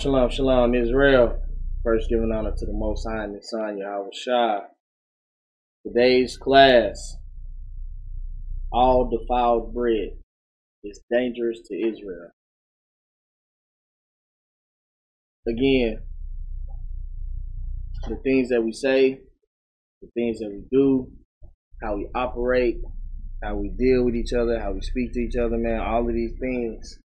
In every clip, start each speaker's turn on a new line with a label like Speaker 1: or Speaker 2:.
Speaker 1: Shalom, shalom, Israel. First giving honor to the Most High and His Son, Yahweh Shai. Today's class, all defiled bread is dangerous to Israel. Again, the things that we say, the things that we do, how we operate, how we deal with each other, how we speak to each other, man, all of these things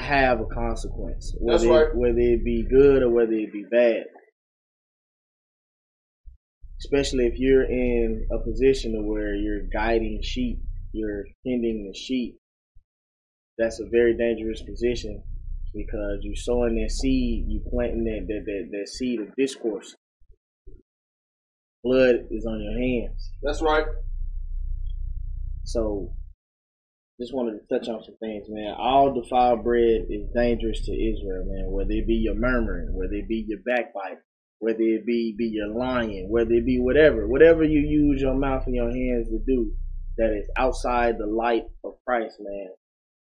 Speaker 1: have a consequence. Whether
Speaker 2: That's right.
Speaker 1: it, whether it be good or whether it be bad. Especially if you're in a position to where you're guiding sheep, you're tending the sheep. That's a very dangerous position because you're sowing that seed, you planting that that, that, that seed of discourse. Blood is on your hands.
Speaker 2: That's right.
Speaker 1: So, just wanted to touch on some things, man. All defiled bread is dangerous to Israel, man. Whether it be your murmuring, whether it be your backbite, whether it be be your lying, whether it be whatever, whatever you use your mouth and your hands to do that is outside the light of Christ, man,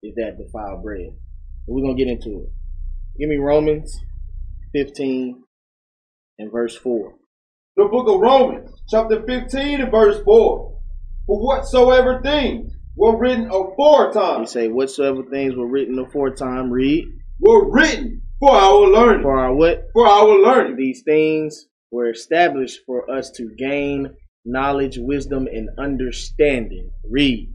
Speaker 1: is that defiled bread. We're gonna get into it. Give me Romans 15 and verse 4.
Speaker 2: The book of Romans, chapter 15 and verse 4. For whatsoever things were written
Speaker 1: You
Speaker 2: aforetime
Speaker 1: say, whatsoever things were written aforetime, read
Speaker 2: were written for our learning.
Speaker 1: for our what?
Speaker 2: For our learning.
Speaker 1: These things were established for us to gain knowledge, wisdom, and understanding. Read.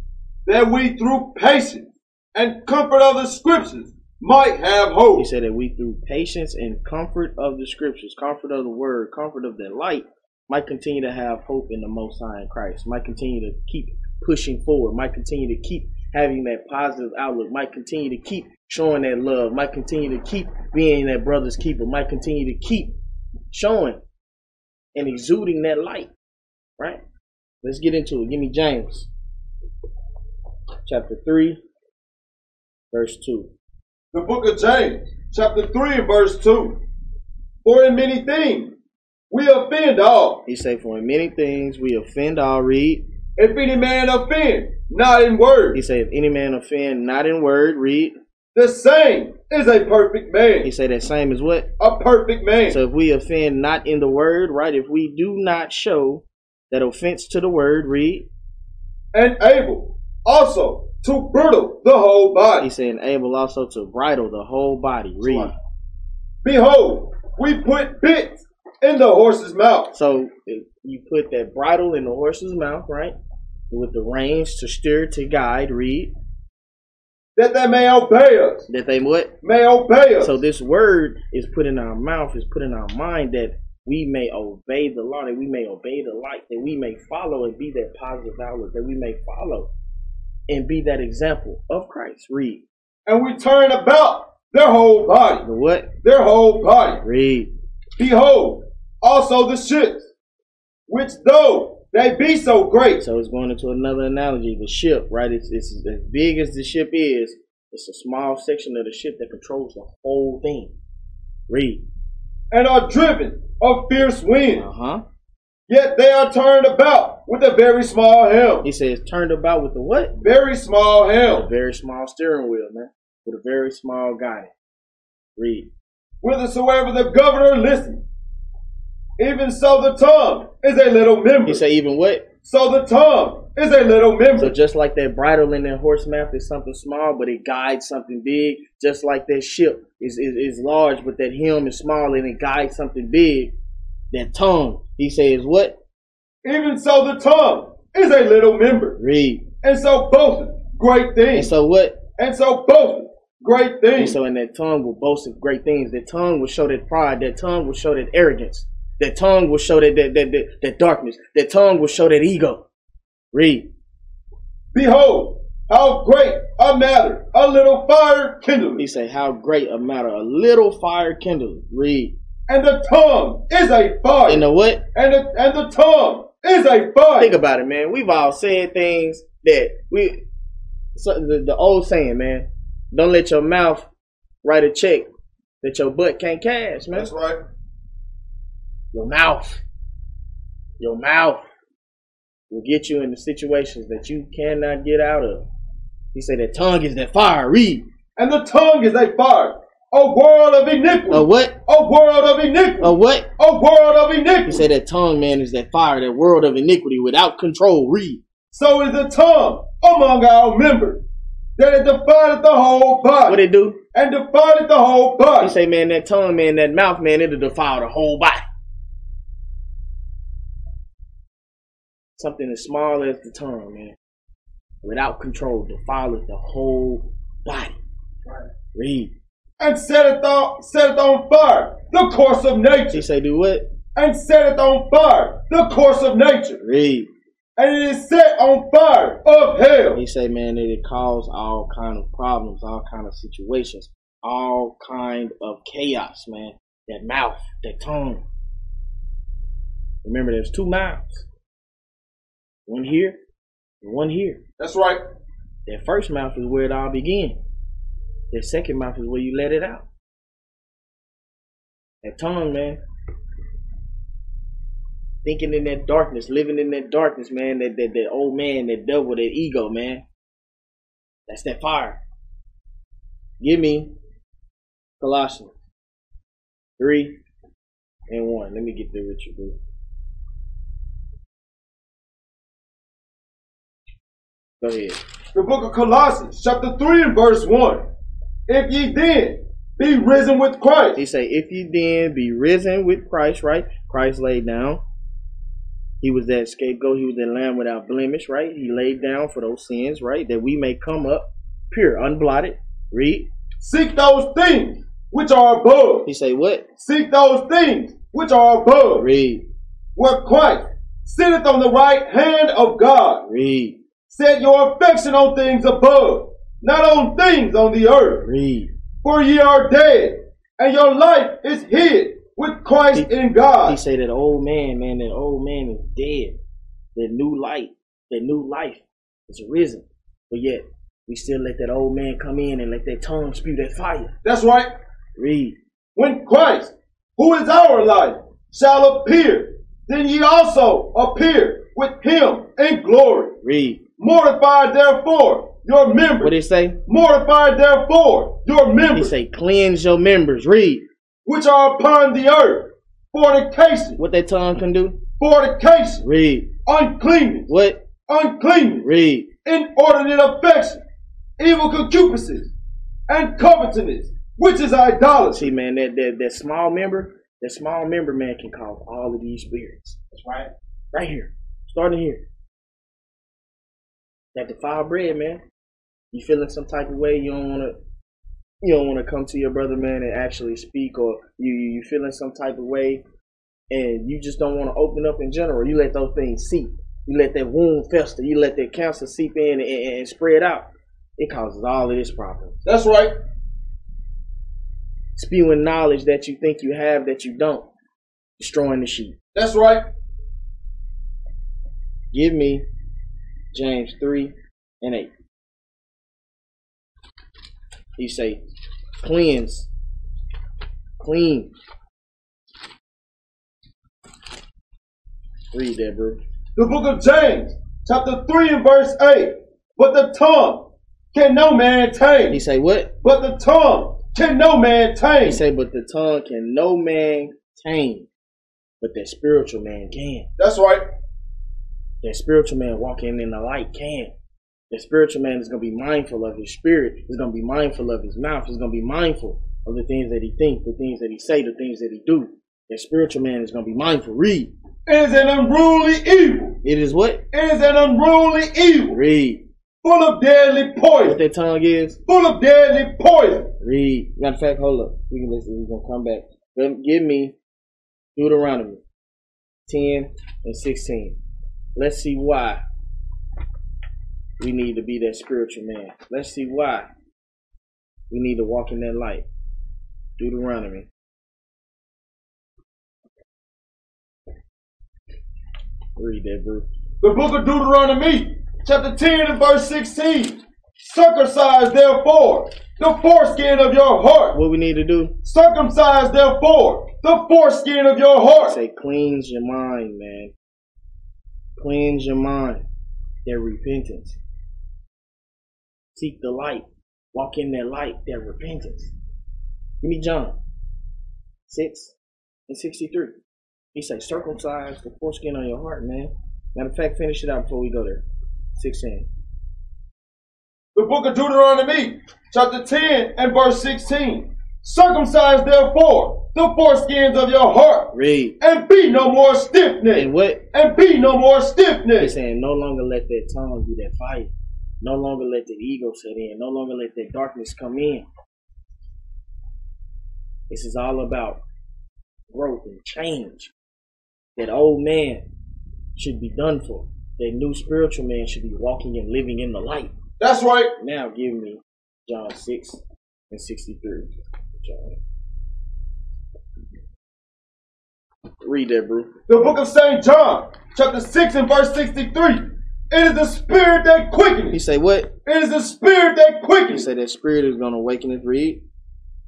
Speaker 2: That we through patience and comfort of the scriptures might have
Speaker 1: He
Speaker 2: hope.
Speaker 1: said that we, through patience and comfort of the scriptures, comfort of the word, comfort of the light, might continue to have hope in the Most High in Christ, might continue to keep pushing forward, might continue to keep having that positive outlook, might continue to keep showing that love, might continue to keep being that brother's keeper, might continue to keep showing and exuding that light, right? Let's get into it. Give me James chapter 3, verse 2.
Speaker 2: The book of James, chapter 3 and verse 2. For in many things we offend all.
Speaker 1: He say, For in many things we offend all read.
Speaker 2: If any man offend, not in word.
Speaker 1: He say, If any man offend not in word, read.
Speaker 2: The same is a perfect
Speaker 1: He
Speaker 2: man.
Speaker 1: say that same is what?
Speaker 2: A perfect man.
Speaker 1: So if we offend not in the word, right? If we do not show that offense to the word, read.
Speaker 2: and able also to brittle the whole
Speaker 1: He
Speaker 2: body.
Speaker 1: say, and able also to bridle the whole body, read.
Speaker 2: Behold, we put bits in the horse's mouth
Speaker 1: So if you put that bridle in the horse's mouth, right? With the reins to steer, to guide, read.
Speaker 2: that they may obey us,
Speaker 1: That they what?
Speaker 2: may obey us.
Speaker 1: So this word is put in our mouth, is put in our mind that we may obey the law, that we may obey the light, that we may follow and be that positive outlook, that we may follow and be that example of Christ. Read.
Speaker 2: and we turn about their whole body,
Speaker 1: The what?
Speaker 2: their whole body.
Speaker 1: Read.
Speaker 2: Behold, also the ships, which though they be so great,
Speaker 1: So it's going into another analogy. The ship, right? It's, it's as big as the ship is, it's a small section of the ship that controls the whole thing. Read.
Speaker 2: and are driven of fierce
Speaker 1: Uh
Speaker 2: winds,
Speaker 1: huh.
Speaker 2: yet they are turned about with a very small helm.
Speaker 1: He says, turned about with the what?
Speaker 2: Very small
Speaker 1: A
Speaker 2: helm,
Speaker 1: very small steering wheel, man. With a very small guidance. Read.
Speaker 2: whithersoever the governor listens. Even so, the tongue is a little member.
Speaker 1: You say even what?
Speaker 2: so the tongue is a little
Speaker 1: So
Speaker 2: member.
Speaker 1: just like that bridle in that horse mouth is something small, but it guides something big. Just like that ship is, is, is large, but that helm is small and it guides something big. That tongue, he says, what?
Speaker 2: Even so, the tongue is a little member.
Speaker 1: Read.
Speaker 2: And so both great
Speaker 1: And
Speaker 2: things.
Speaker 1: so what?
Speaker 2: And so both great
Speaker 1: And
Speaker 2: things.
Speaker 1: so in that tongue will boast of great things. That tongue will show that pride. That tongue will show that arrogance. That tongue will show that that that, that, that darkness. That tongue will show that ego. Read.
Speaker 2: Behold, how great a matter a little fire
Speaker 1: He
Speaker 2: kindles.
Speaker 1: say, How great a matter. A little fire kindled. Read.
Speaker 2: And the tongue is a fire.
Speaker 1: And
Speaker 2: And
Speaker 1: the what?
Speaker 2: the, and the tongue is a
Speaker 1: think
Speaker 2: fire.
Speaker 1: about it, man. We've all said things that we. So the, the old saying, man, don't let your mouth write a check that your butt can't cash, man.
Speaker 2: right.
Speaker 1: Your mouth, your mouth will get you into situations that you cannot get out of. He said that tongue is that fire. Read.
Speaker 2: and the tongue is a fire, a world of iniquity,
Speaker 1: A what?
Speaker 2: a world of iniquity,
Speaker 1: A what?
Speaker 2: a world of
Speaker 1: You
Speaker 2: iniquity.
Speaker 1: say that tongue, man, is that fire, that world of iniquity without control. Read.
Speaker 2: So is the tongue among our members, that it defileth the whole
Speaker 1: What
Speaker 2: body,
Speaker 1: it do?
Speaker 2: and defileth the whole
Speaker 1: You
Speaker 2: body.
Speaker 1: say, man, that tongue, man, that mouth, man, it'll defile the whole body. Something as small as the tongue, man, without control, defiles the whole body. Read.
Speaker 2: and setteth on, setteth on fire the course of
Speaker 1: She
Speaker 2: nature,
Speaker 1: say, do what?
Speaker 2: and setteth on fire the course of nature,
Speaker 1: Read.
Speaker 2: and it is set on fire of hell.
Speaker 1: He say, man, that it caused all kind of problems, all kind of situations, all kind of chaos, man. That mouth, that tongue. Remember, there's two mouths. One here, and one here.
Speaker 2: That's right.
Speaker 1: That first mouth is where it all began. That second mouth is where you let it out. That tongue, man. Thinking in that darkness, living in that darkness, man. That that, that old man, that devil, that ego, man. That's that fire. Give me Colossians 3 and 1. Let me get there with you, bro. Go ahead.
Speaker 2: The book of Colossians, chapter 3 and verse 1. If ye then be risen with Christ,
Speaker 1: He say, if ye then be risen with Christ, right? Christ laid down. He was that scapegoat. He was that lamb without blemish, right? He laid down for those sins, right? That we may come up pure, unblotted. Read.
Speaker 2: seek those things which are above.
Speaker 1: He say, what?
Speaker 2: Seek those things which are above,
Speaker 1: Read.
Speaker 2: where Christ sitteth on the right hand of God.
Speaker 1: Read.
Speaker 2: Set your affection on things above, not on things on the earth.
Speaker 1: Read.
Speaker 2: For ye are dead, and your life is hid with Christ in
Speaker 1: He
Speaker 2: God.
Speaker 1: say that old man, man, that old man is dead. That new light, that new life is risen. But yet, we still let that old man come in and let that tongue spew that fire.
Speaker 2: That's right.
Speaker 1: Read.
Speaker 2: When Christ, who is our life, shall appear, then ye also appear with him in glory.
Speaker 1: Read.
Speaker 2: Mortify therefore your members.
Speaker 1: What it say?
Speaker 2: Mortify therefore your
Speaker 1: He
Speaker 2: members
Speaker 1: say, cleanse your members. Read.
Speaker 2: which are upon the earth. Fornication,
Speaker 1: What that tongue can do?
Speaker 2: fornication,
Speaker 1: Read.
Speaker 2: uncleanness,
Speaker 1: What?
Speaker 2: uncleanness,
Speaker 1: Read.
Speaker 2: inordinate affection, evil concupiscence, and covetousness, which is idolatry.
Speaker 1: See, man, that, that that small member, that small member, man, can cause all of these spirits. That's right. Right here. Starting here. That defiled bread, man. You feeling some type of way, you don't wanna you don't wanna come to your brother, man, and actually speak or you you you feeling some type of way and you just don't wanna open up in general. You let those things seep. You let that wound fester, you let that cancer seep in and, and, and spread out. It causes all of this problem.
Speaker 2: That's right.
Speaker 1: spewing knowledge that you think you have that you don't, destroying the sheep.
Speaker 2: That's right.
Speaker 1: Give me James 3 and 8. He say, cleanse, clean. Read that, bro.
Speaker 2: The book of James, chapter 3 and verse 8. But the tongue can no man
Speaker 1: He
Speaker 2: tame.
Speaker 1: say what?
Speaker 2: But the tongue can no man
Speaker 1: He
Speaker 2: tame.
Speaker 1: say, but the tongue can no man tame, but that spiritual man can.
Speaker 2: That's right.
Speaker 1: That spiritual man walking in the light can. That spiritual man is going to be mindful of his spirit. He's going to be mindful of his mouth. He's going to be mindful of the things that he thinks, the things that he say, the things that he do. That spiritual man is going to be mindful. Read.
Speaker 2: It is an unruly evil.
Speaker 1: It is what?
Speaker 2: It is an unruly evil.
Speaker 1: Read.
Speaker 2: Full of deadly
Speaker 1: What
Speaker 2: poison.
Speaker 1: that tongue is?
Speaker 2: Full of deadly poison.
Speaker 1: Read. Matter of fact, hold up. We can listen. We're going to come back. Give- Give me Deuteronomy 10 and 16. Let's see why we need to be that spiritual man. Let's see why we need to walk in that light. Deuteronomy. Read that, bro.
Speaker 2: The book of Deuteronomy, chapter 10 and verse 16. Circumcise therefore the foreskin of your heart.
Speaker 1: What we need to do?
Speaker 2: Circumcise therefore the foreskin of your heart.
Speaker 1: Say, cleanse your mind, man. Cleanse your mind. That repentance. Seek the light. Walk in that light, that repentance. Give me John 6 and 63. He says, circumcise the foreskin on your heart, man. Matter of fact, finish it out before we go there. 16.
Speaker 2: The book of Deuteronomy, chapter 10 and verse 16. Circumcise therefore the foreskins of your heart,
Speaker 1: Read.
Speaker 2: and be no more stiff
Speaker 1: And
Speaker 2: necked,
Speaker 1: what?
Speaker 2: and be no more stiff
Speaker 1: He's
Speaker 2: necked.
Speaker 1: saying, no longer let that tongue be that fire. No longer let that ego set in. No longer let that darkness come in. This is all about growth and change. That old man should be done for. That new spiritual man should be walking and living in the light.
Speaker 2: That's right.
Speaker 1: Now give me John 6 and 63. John. Read that, bro.
Speaker 2: The book of St. John, chapter 6 and verse 63. It is the spirit that
Speaker 1: He
Speaker 2: quickens.
Speaker 1: say what?
Speaker 2: It is the spirit that
Speaker 1: He
Speaker 2: quickens.
Speaker 1: say that spirit is gonna awaken it. Read.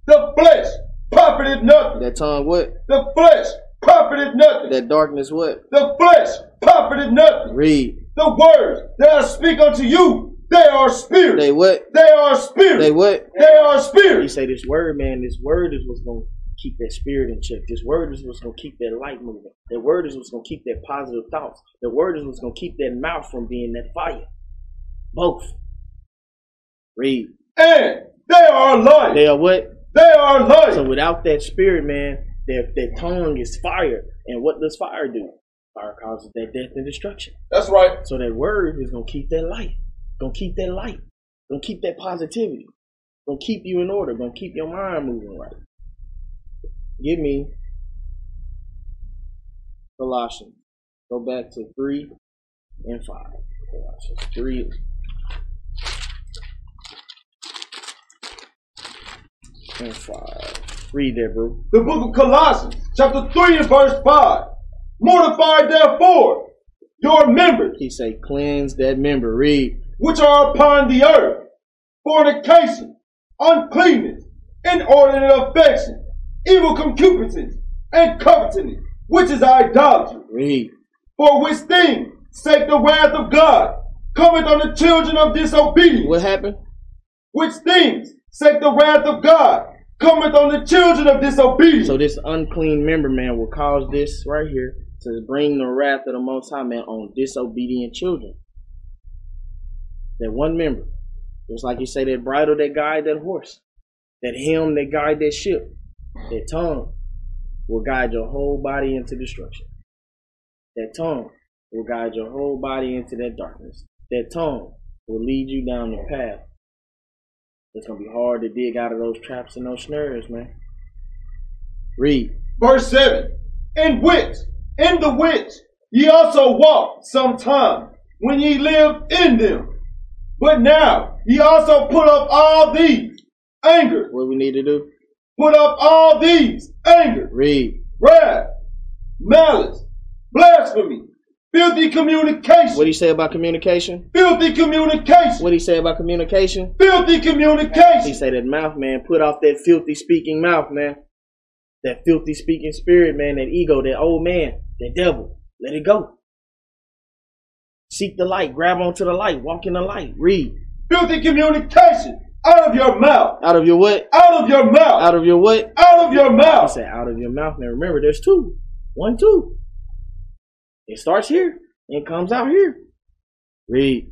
Speaker 2: The flesh profited nothing.
Speaker 1: That tongue what?
Speaker 2: The flesh profited nothing.
Speaker 1: That darkness what?
Speaker 2: The flesh profited nothing.
Speaker 1: Read.
Speaker 2: The words that I speak unto you, they are
Speaker 1: They
Speaker 2: spirit.
Speaker 1: what?
Speaker 2: They are
Speaker 1: They
Speaker 2: spirit.
Speaker 1: what?
Speaker 2: They are
Speaker 1: He
Speaker 2: spirit.
Speaker 1: say this word, man, this word is what's gonna keep that spirit in check. This word is what's gonna keep that light moving. That word is what's gonna keep that positive thoughts. The word is what's gonna keep that mouth from being that fire. Both. Read.
Speaker 2: And they are life.
Speaker 1: They are what?
Speaker 2: They are
Speaker 1: So
Speaker 2: life.
Speaker 1: without that spirit, man, their their tongue is fire. And what does fire do? Fire causes that death and destruction.
Speaker 2: That's right.
Speaker 1: So that word is gonna keep that light. Gonna keep that light. Gonna keep that positivity. Gonna keep you in order. Gonna keep your mind moving right. Give me Colossians. Go back to three and five. Colossians three. And five. Read that, bro.
Speaker 2: The book of Colossians, chapter 3 and verse 5. Mortify therefore your members
Speaker 1: He say, cleanse that member. Read.
Speaker 2: which are upon the earth, fornication, uncleanness, inordinate affection, evil concupiscence, and covetousness, which is idolatry,
Speaker 1: Read.
Speaker 2: for which thing sake the wrath of God cometh on the children of disobedience,
Speaker 1: What happened?
Speaker 2: which things sake the wrath of God cometh on the children of disobedience.
Speaker 1: So this unclean member man will cause this right here to bring the wrath of the Most High man on disobedient children. That one member, just like you say, that bridle that guide that horse, that helm that guide that ship, that tongue will guide your whole body into destruction. That tongue will guide your whole body into that darkness. That tongue will lead you down the path. It's gonna be hard to dig out of those traps and those snares, man. Read.
Speaker 2: Verse 7 In which, in the which, ye also walked sometime when ye lived in them. But now ye also put up all these anger,
Speaker 1: What we need to do?
Speaker 2: put up all these anger,
Speaker 1: Read.
Speaker 2: wrath, malice, blasphemy, filthy communication,
Speaker 1: What he say about communication?
Speaker 2: filthy communication,
Speaker 1: What he say about communication?
Speaker 2: filthy
Speaker 1: He
Speaker 2: communication.
Speaker 1: say that mouth, man. Put off that filthy speaking mouth, man. That filthy speaking spirit, man. That ego, that old man, that devil. Let it go. Seek the light. Grab onto the light. Walk in the light. Read.
Speaker 2: Filthy communication out of your mouth,
Speaker 1: Out of your what?
Speaker 2: out of your mouth,
Speaker 1: Out of your what?
Speaker 2: out of your
Speaker 1: I
Speaker 2: mouth.
Speaker 1: said out of your mouth, man. Remember, there's two. One, two. It starts here and comes out here. Read.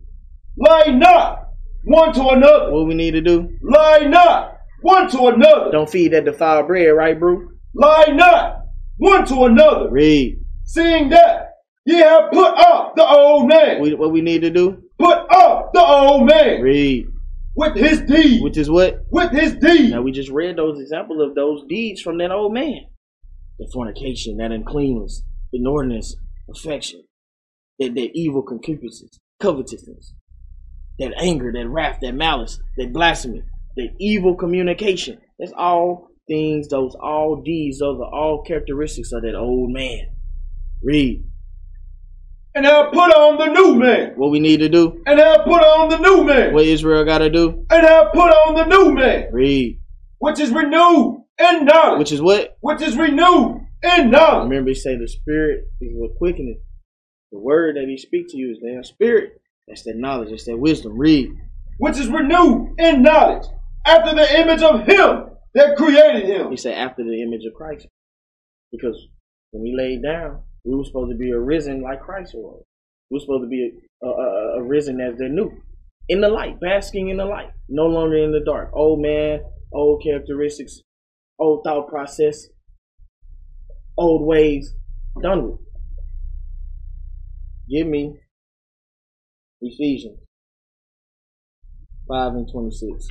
Speaker 2: Lie not one to another.
Speaker 1: What we need to do?
Speaker 2: Lie not one to another.
Speaker 1: Don't feed that defiled bread, right, bro?
Speaker 2: Lie not one to another.
Speaker 1: Read.
Speaker 2: Seeing that ye have put off the old man,
Speaker 1: We, what we need to do?
Speaker 2: put off the old man
Speaker 1: Read.
Speaker 2: with his deed,
Speaker 1: Which is what?
Speaker 2: with his deed,
Speaker 1: Now we just read those examples of those deeds from that old man. The fornication, that uncleanness, inordinate affection, that, that evil concupiscence, covetousness, that anger, that wrath, that malice, that blasphemy, that evil communication. That's all things, those all deeds, those are all characteristics of that old man. Read.
Speaker 2: and have put on the new man,
Speaker 1: What we need to do,
Speaker 2: and have put on the new man,
Speaker 1: what Israel gotta do,
Speaker 2: and have put on the new man,
Speaker 1: read.
Speaker 2: which is renewed in knowledge,
Speaker 1: Which is what?
Speaker 2: which is renewed in knowledge.
Speaker 1: Remember, he say the spirit is what quickeneth. The word that he speak to you is that spirit. That's that knowledge. That's that wisdom. Read.
Speaker 2: which is renewed in knowledge, after the image of him that created
Speaker 1: He
Speaker 2: him.
Speaker 1: said after the image of Christ. Because when he laid down, we were supposed to be arisen like Christ was. We were supposed to be uh, uh, uh, arisen as the new. In the light, basking in the light, no longer in the dark. Old man, old characteristics, old thought process, old ways, done with. Give me Ephesians 5 and 26.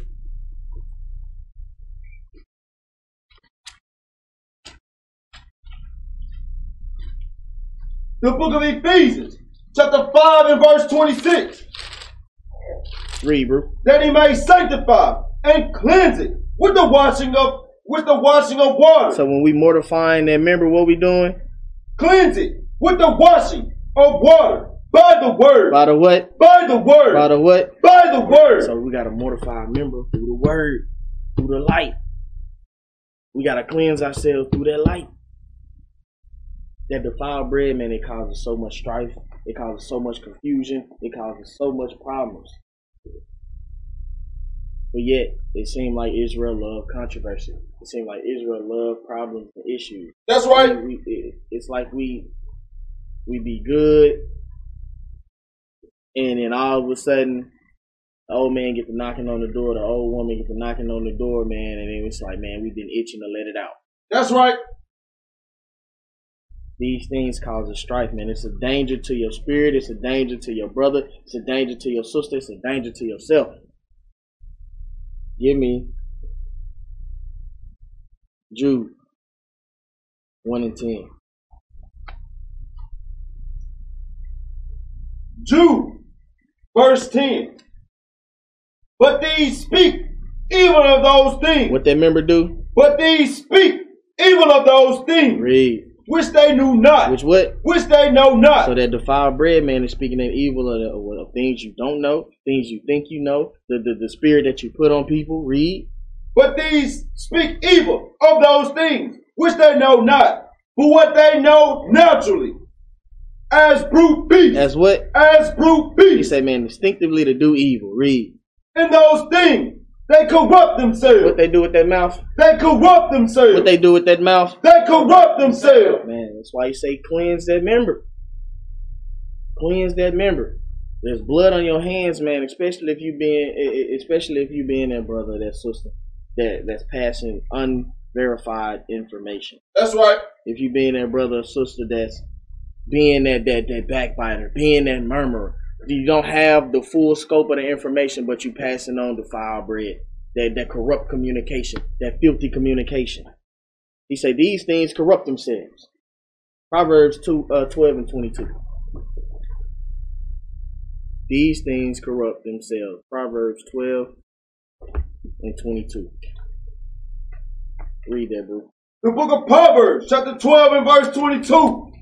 Speaker 2: The book of Ephesians, chapter 5 and verse 26.
Speaker 1: Read, bro.
Speaker 2: that he may sanctify and cleanse it with the washing of with the washing of water.
Speaker 1: So when we mortifying that, remember what we doing?
Speaker 2: cleanse it with the washing of water by the word.
Speaker 1: By the what?
Speaker 2: By the word.
Speaker 1: By the what?
Speaker 2: by the word.
Speaker 1: So we gotta mortify our member through the word, through the light. We gotta cleanse ourselves through that light. That defiled bread, man, it causes so much strife. It causes so much confusion. It causes so much problems. But yet, it seemed like Israel loved controversy. It seemed like Israel loved problems and issues.
Speaker 2: That's right.
Speaker 1: We, we- it, it's like we we be good, and then all of a sudden, the old man get to knocking on the door, the old woman get to knocking on the door, man, and it was like, man, we've been itching to let it out.
Speaker 2: That's right.
Speaker 1: These things cause a strife, man. It's a danger to your spirit. It's a danger to your brother. It's a danger to your sister. It's a danger to yourself. Give me Jude one and ten.
Speaker 2: Jude, verse 10. But these speak even of those things.
Speaker 1: What that member do?
Speaker 2: But these speak even of those things
Speaker 1: Read.
Speaker 2: which they knew not, which,
Speaker 1: Which what?
Speaker 2: they know not.
Speaker 1: So that defiled bread man is speaking of evil of, the, of things you don't know, things you think you know, the, the the spirit that you put on people. Read.
Speaker 2: But these speak evil of those things which they know not, but what they know naturally, as brute beasts,
Speaker 1: That's what
Speaker 2: as brute
Speaker 1: he
Speaker 2: beasts.
Speaker 1: said, man, instinctively to do evil. Read.
Speaker 2: In those things, they corrupt
Speaker 1: What
Speaker 2: themselves.
Speaker 1: they do with that mouth?
Speaker 2: They corrupt themselves.
Speaker 1: What they do with that mouth?
Speaker 2: They corrupt themselves.
Speaker 1: Man, that's why you say cleanse that member. Cleanse that member. There's blood on your hands, man. Especially if you being, e- e- especially if you being that brother, that sister, that that's passing unverified information.
Speaker 2: That's right.
Speaker 1: if you being that brother or sister that's being that that that backbiter, being that murmurer, you don't have the full scope of the information, but you passing on the foul bread, that that corrupt communication, that filthy communication. He said these things corrupt themselves. Proverbs two uh, twelve and twenty two. These things corrupt themselves. Proverbs twelve and twenty two. Read that, bro.
Speaker 2: The book of Proverbs, chapter 12 and verse 22.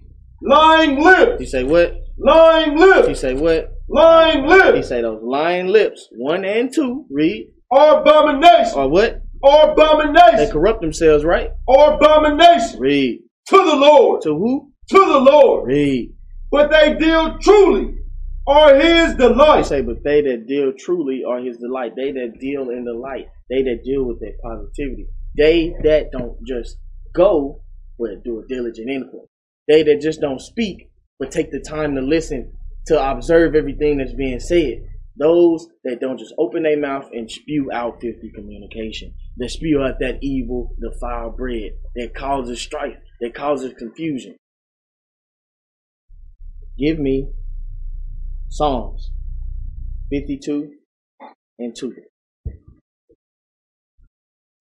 Speaker 2: Lying
Speaker 1: You
Speaker 2: lips,
Speaker 1: say what?
Speaker 2: lying
Speaker 1: You
Speaker 2: lips,
Speaker 1: say what?
Speaker 2: lying
Speaker 1: He
Speaker 2: lips,
Speaker 1: say those lying lips, one and two, read,
Speaker 2: abomination,
Speaker 1: or what? They
Speaker 2: abomination,
Speaker 1: corrupt themselves, right?
Speaker 2: abomination
Speaker 1: Read.
Speaker 2: to the Lord,
Speaker 1: To who?
Speaker 2: to the Lord.
Speaker 1: Read.
Speaker 2: but they deal truly are his
Speaker 1: They
Speaker 2: delight.
Speaker 1: say, but they that deal truly are his delight. They that deal in the light. They that deal with their positivity. They that don't just go, but do a diligent inquiry. They that just don't speak, but take the time to listen, to observe everything that's being said. Those that don't just open their mouth and spew out filthy communication. That spew out that evil, the foul bread, that causes strife, that causes confusion. Give me Psalms 52 and 2.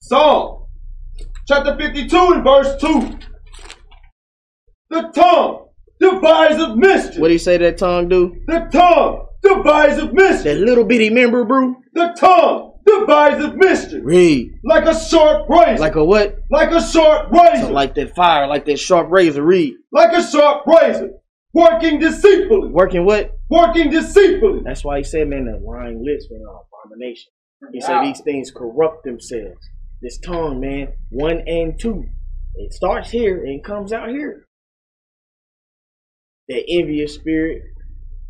Speaker 2: Psalm chapter 52 and verse 2. The tongue devises mischief.
Speaker 1: What do you say that tongue do?
Speaker 2: The tongue devises mischief.
Speaker 1: That little bitty member, bro.
Speaker 2: The tongue devises mischief.
Speaker 1: Read.
Speaker 2: Like a sharp razor. Like,
Speaker 1: Like a what?
Speaker 2: a sharp razor. Like,
Speaker 1: Like that fire, like that sharp razor. Read.
Speaker 2: a sharp razor. Working deceitfully.
Speaker 1: Working what?
Speaker 2: Working deceitfully.
Speaker 1: That's why he said, man, that lying lips went on abomination. He said these things corrupt themselves. This tongue, man, one and two. It starts here and comes out here. That envious spirit,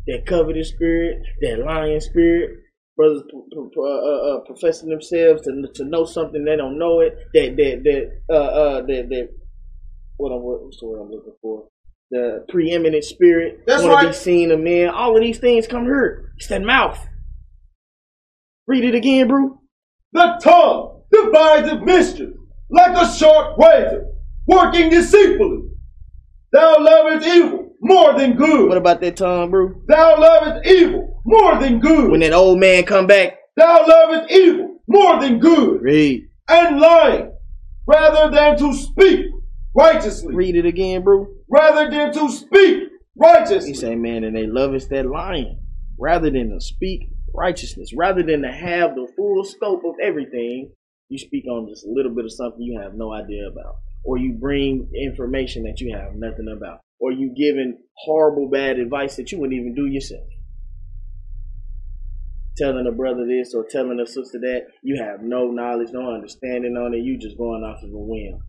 Speaker 1: that covetous spirit, that lying spirit. brothers p- p- uh, uh, uh, professing themselves to, to know something they don't know it. That that that uh, uh that that what I'm what's the word I'm looking for? The preeminent spirit
Speaker 2: That's
Speaker 1: wanna be
Speaker 2: right.
Speaker 1: seen of men. All of these things come here. It's that mouth. Read it again, bro.
Speaker 2: The tongue deviseth mischief, like a sharp razor, working deceitfully. Thou lovest evil more than
Speaker 1: What
Speaker 2: good.
Speaker 1: about that tongue, bro?
Speaker 2: Thou lovest evil more than good.
Speaker 1: When that old man come back,
Speaker 2: Thou lovest evil more than good,
Speaker 1: read.
Speaker 2: and lying, rather than to speak righteously,
Speaker 1: Read it again, bro.
Speaker 2: rather than to speak
Speaker 1: He
Speaker 2: righteously.
Speaker 1: say, man, and they love is that lying. Rather than to speak righteousness, rather than to have the full scope of everything, you speak on just a little bit of something you have no idea about. Or you bring information that you have nothing about. Or you giving horrible bad advice that you wouldn't even do yourself. Telling a brother this or telling a sister that, you have no knowledge, no understanding on it, you just going off of a whim.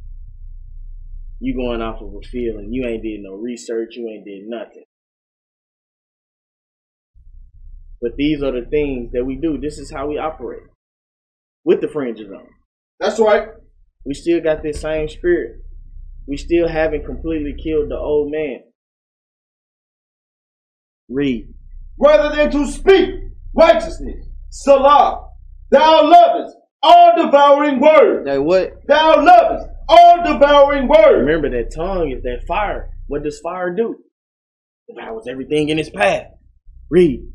Speaker 1: You going off of a feeling. You ain't did no research, you ain't did nothing. But these are the things that we do. This is how we operate with the fringes on.
Speaker 2: That's right.
Speaker 1: We still got this same spirit. We still haven't completely killed the old man. Read.
Speaker 2: rather than to speak righteousness. Salah, thou lovest all devouring word.
Speaker 1: Like what?
Speaker 2: Thou lovest all devouring word.
Speaker 1: Remember that tongue is that fire. What does fire do? Devours everything in its path. Read.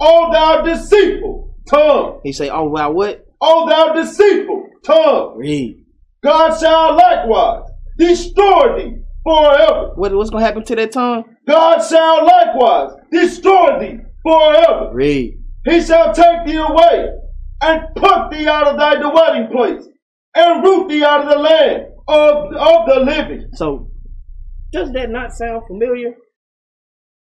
Speaker 2: O thou deceitful tongue.
Speaker 1: He say, "Oh, wow, what?"
Speaker 2: O thou deceitful tongue.
Speaker 1: Read.
Speaker 2: God shall likewise destroy thee forever.
Speaker 1: What, what's gonna happen to that tongue?
Speaker 2: God shall likewise destroy thee forever.
Speaker 1: Read.
Speaker 2: He shall take thee away and pluck thee out of thy dwelling place and root thee out of the land of, of the living.
Speaker 1: So, does that not sound familiar?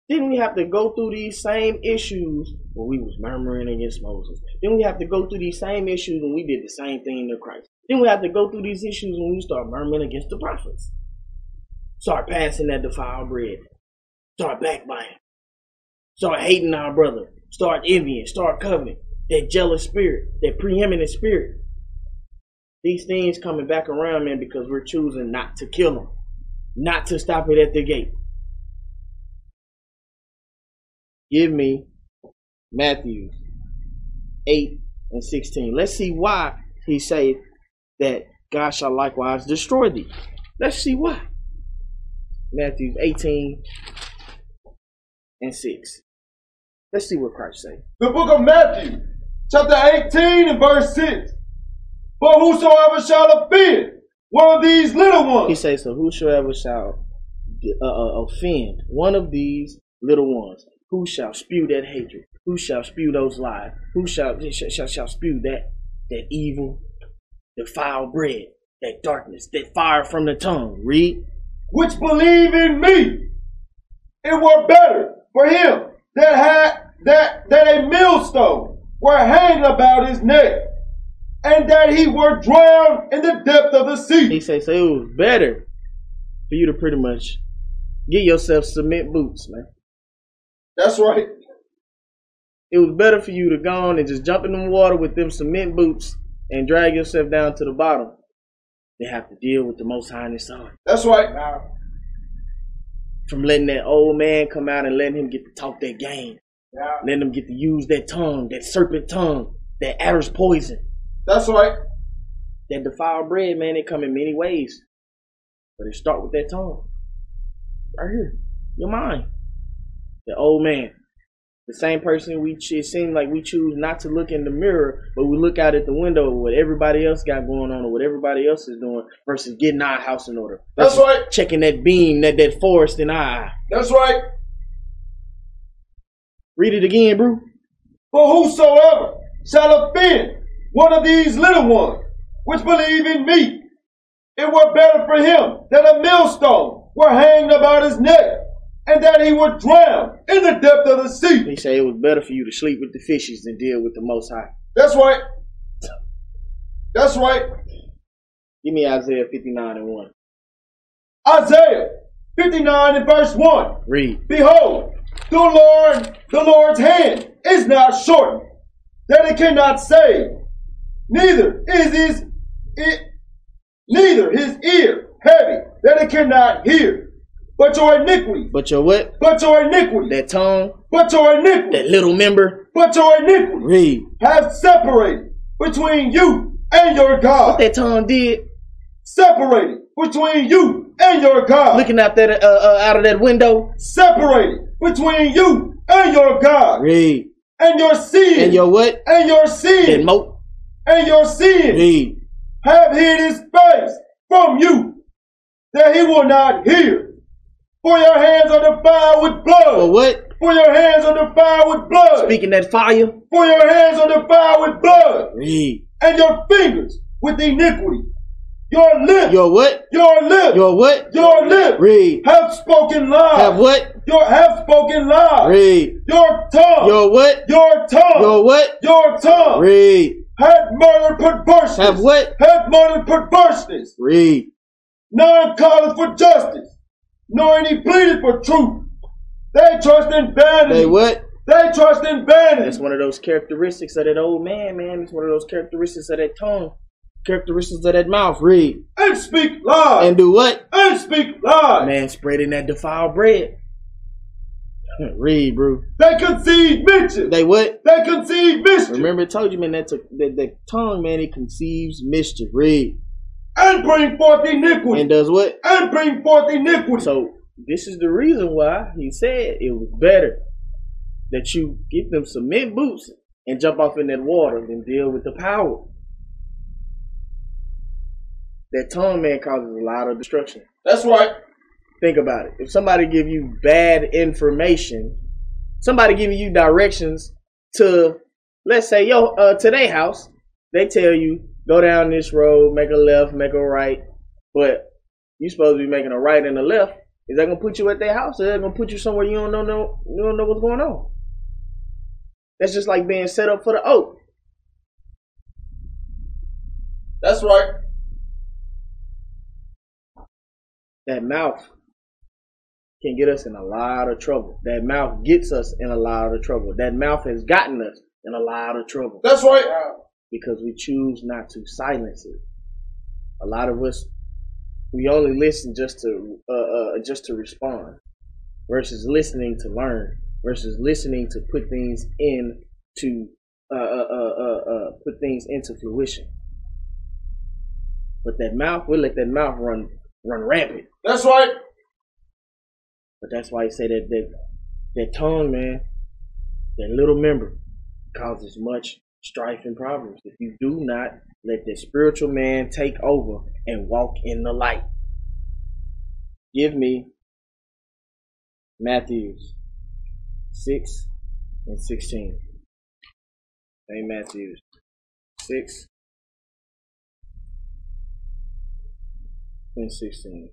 Speaker 1: Didn't we have to go through these same issues when we was murmuring against Moses? Then we have to go through these same issues when we did the same thing to Christ? Then we have to go through these issues when we start murmuring against the prophets. Start passing that defiled bread. Start backbiting. Start hating our brother. Start envying. Start coveting. That jealous spirit. That preeminent spirit. These things coming back around, man, because we're choosing not to kill them not to stop it at the gate. Give me Matthew 8 and 16. Let's see why he say that God shall likewise destroy thee. Let's see why. Matthew 18 and 6. Let's see what Christ say.
Speaker 2: The book of Matthew, chapter 18 and verse 6. For whosoever shall offend one of these little
Speaker 1: He
Speaker 2: ones,
Speaker 1: says, "So whosoever shall uh, uh, offend one of these little ones, who shall spew that hatred, who shall spew those lies, who shall shall, shall, shall spew that that evil, the foul bread, that darkness, that fire from the tongue." Read.
Speaker 2: which believe in me, it were better for him that had that that a millstone were hanged about his neck, and that he were drowned in the depth of the
Speaker 1: He
Speaker 2: sea.
Speaker 1: says, "So it was better for you to pretty much get yourself cement boots, man.
Speaker 2: That's right.
Speaker 1: It was better for you to go on and just jump in the water with them cement boots and drag yourself down to the bottom." They have to deal with the Most High and His Son.
Speaker 2: That's right.
Speaker 1: from letting that old man come out and letting him get to talk that game, letting him get to use that tongue, that serpent tongue, that adder's poison,
Speaker 2: That's right.
Speaker 1: that defiled bread, man. It come in many ways, but it start with that tongue, right here, your mind, the old man, the same person we. ch- It seems like we choose not to look in the mirror, but we look out at the window of what everybody else got going on or what everybody else is doing, versus getting our house in order.
Speaker 2: That's
Speaker 1: versus
Speaker 2: right.
Speaker 1: Checking that beam, that that forest in our eye.
Speaker 2: That's right.
Speaker 1: Read it again, bro.
Speaker 2: For whosoever shall offend one of these little ones which believe in me, it were better for him that a millstone were hanged about his neck, and that he were drowned in the depth of the sea.
Speaker 1: He said it was better for you to sleep with the fishes than deal with the Most High.
Speaker 2: That's right. That's right.
Speaker 1: Give me Isaiah 59 and 1.
Speaker 2: Isaiah 59 and verse 1.
Speaker 1: Read.
Speaker 2: Behold, the Lord, the Lord's hand is not shortened that it cannot save. Neither is his it, neither his ear heavy that it cannot hear. But your iniquity,
Speaker 1: But your what?
Speaker 2: but your iniquity,
Speaker 1: That tongue,
Speaker 2: but your iniquity,
Speaker 1: that little member.
Speaker 2: but your iniquity
Speaker 1: Read.
Speaker 2: have separated between you and your God.
Speaker 1: That tongue did.
Speaker 2: Separated between you and your God.
Speaker 1: Looking out that uh, uh, out of that window.
Speaker 2: Separated between you and your God.
Speaker 1: Read.
Speaker 2: And your
Speaker 1: And
Speaker 2: sin,
Speaker 1: your what?
Speaker 2: and your
Speaker 1: That
Speaker 2: sin,
Speaker 1: moat.
Speaker 2: and your sin.
Speaker 1: Read.
Speaker 2: have hid his face from you, that he will not hear. For your hands are defiled with
Speaker 1: Or
Speaker 2: blood.
Speaker 1: what?
Speaker 2: For your hands are defiled with blood.
Speaker 1: Speaking that fire.
Speaker 2: For your hands are defiled with blood,
Speaker 1: Read.
Speaker 2: and your fingers with iniquity. Your lips, your,
Speaker 1: Your what?
Speaker 2: lips, your,
Speaker 1: Your what?
Speaker 2: lips
Speaker 1: Read.
Speaker 2: have spoken lies.
Speaker 1: Have what?
Speaker 2: Your have spoken lies.
Speaker 1: Read.
Speaker 2: Your tongue,
Speaker 1: Your what?
Speaker 2: your tongue,
Speaker 1: Your what?
Speaker 2: your tongue
Speaker 1: Read.
Speaker 2: had murdered perverseness.
Speaker 1: Have what?
Speaker 2: Had murdered perverseness.
Speaker 1: Read.
Speaker 2: None calleth for justice, nor any pleadeth for truth. They trust in vanity.
Speaker 1: They what?
Speaker 2: They trust in
Speaker 1: That's
Speaker 2: vanity.
Speaker 1: one of those characteristics of that old man, man. It's one of those characteristics of that tongue. Characteristics of that mouth. Read.
Speaker 2: And speak lies.
Speaker 1: And
Speaker 2: And,
Speaker 1: do what?
Speaker 2: speak lies.
Speaker 1: Man spreading that defiled bread. Read, bro.
Speaker 2: They conceive mischief. They,
Speaker 1: They what?
Speaker 2: conceive mischief.
Speaker 1: Remember, I told you, man, that, took, that, that tongue, man, it conceives mischief. Read.
Speaker 2: And bring forth
Speaker 1: And
Speaker 2: iniquity. And,
Speaker 1: does what?
Speaker 2: bring forth iniquity.
Speaker 1: So this is the reason why he said it was better that you get them cement boots and jump off in that water than deal with the power. That tongue man causes a lot of destruction.
Speaker 2: That's right.
Speaker 1: Think about it. If somebody give you bad information, somebody giving you directions to, let's say, yo, uh, to their house, they tell you go down this road, make a left, make a right, but you supposed to be making a right and a left. Is that gonna put you at their house? Or is that gonna put you somewhere you don't know, know you don't know what's going on? That's just like being set up for the oak.
Speaker 2: That's right.
Speaker 1: That mouth can get us in a lot of trouble. That mouth gets us in a lot of trouble. That mouth has gotten us in a lot of trouble.
Speaker 2: That's right.
Speaker 1: because we choose not to silence it. A lot of us, we only listen just to uh, uh, just to respond, versus listening to learn, versus listening to put things in to uh, uh, uh, uh, uh, put things into fruition. But that mouth, we let that mouth run run rampant.
Speaker 2: That's right.
Speaker 1: But that's why I say that that that tongue, man, that little member causes much strife and problems if you do not let the spiritual man take over and walk in the light. Give me Matthews six and sixteen. Hey Matthews six and sixteen.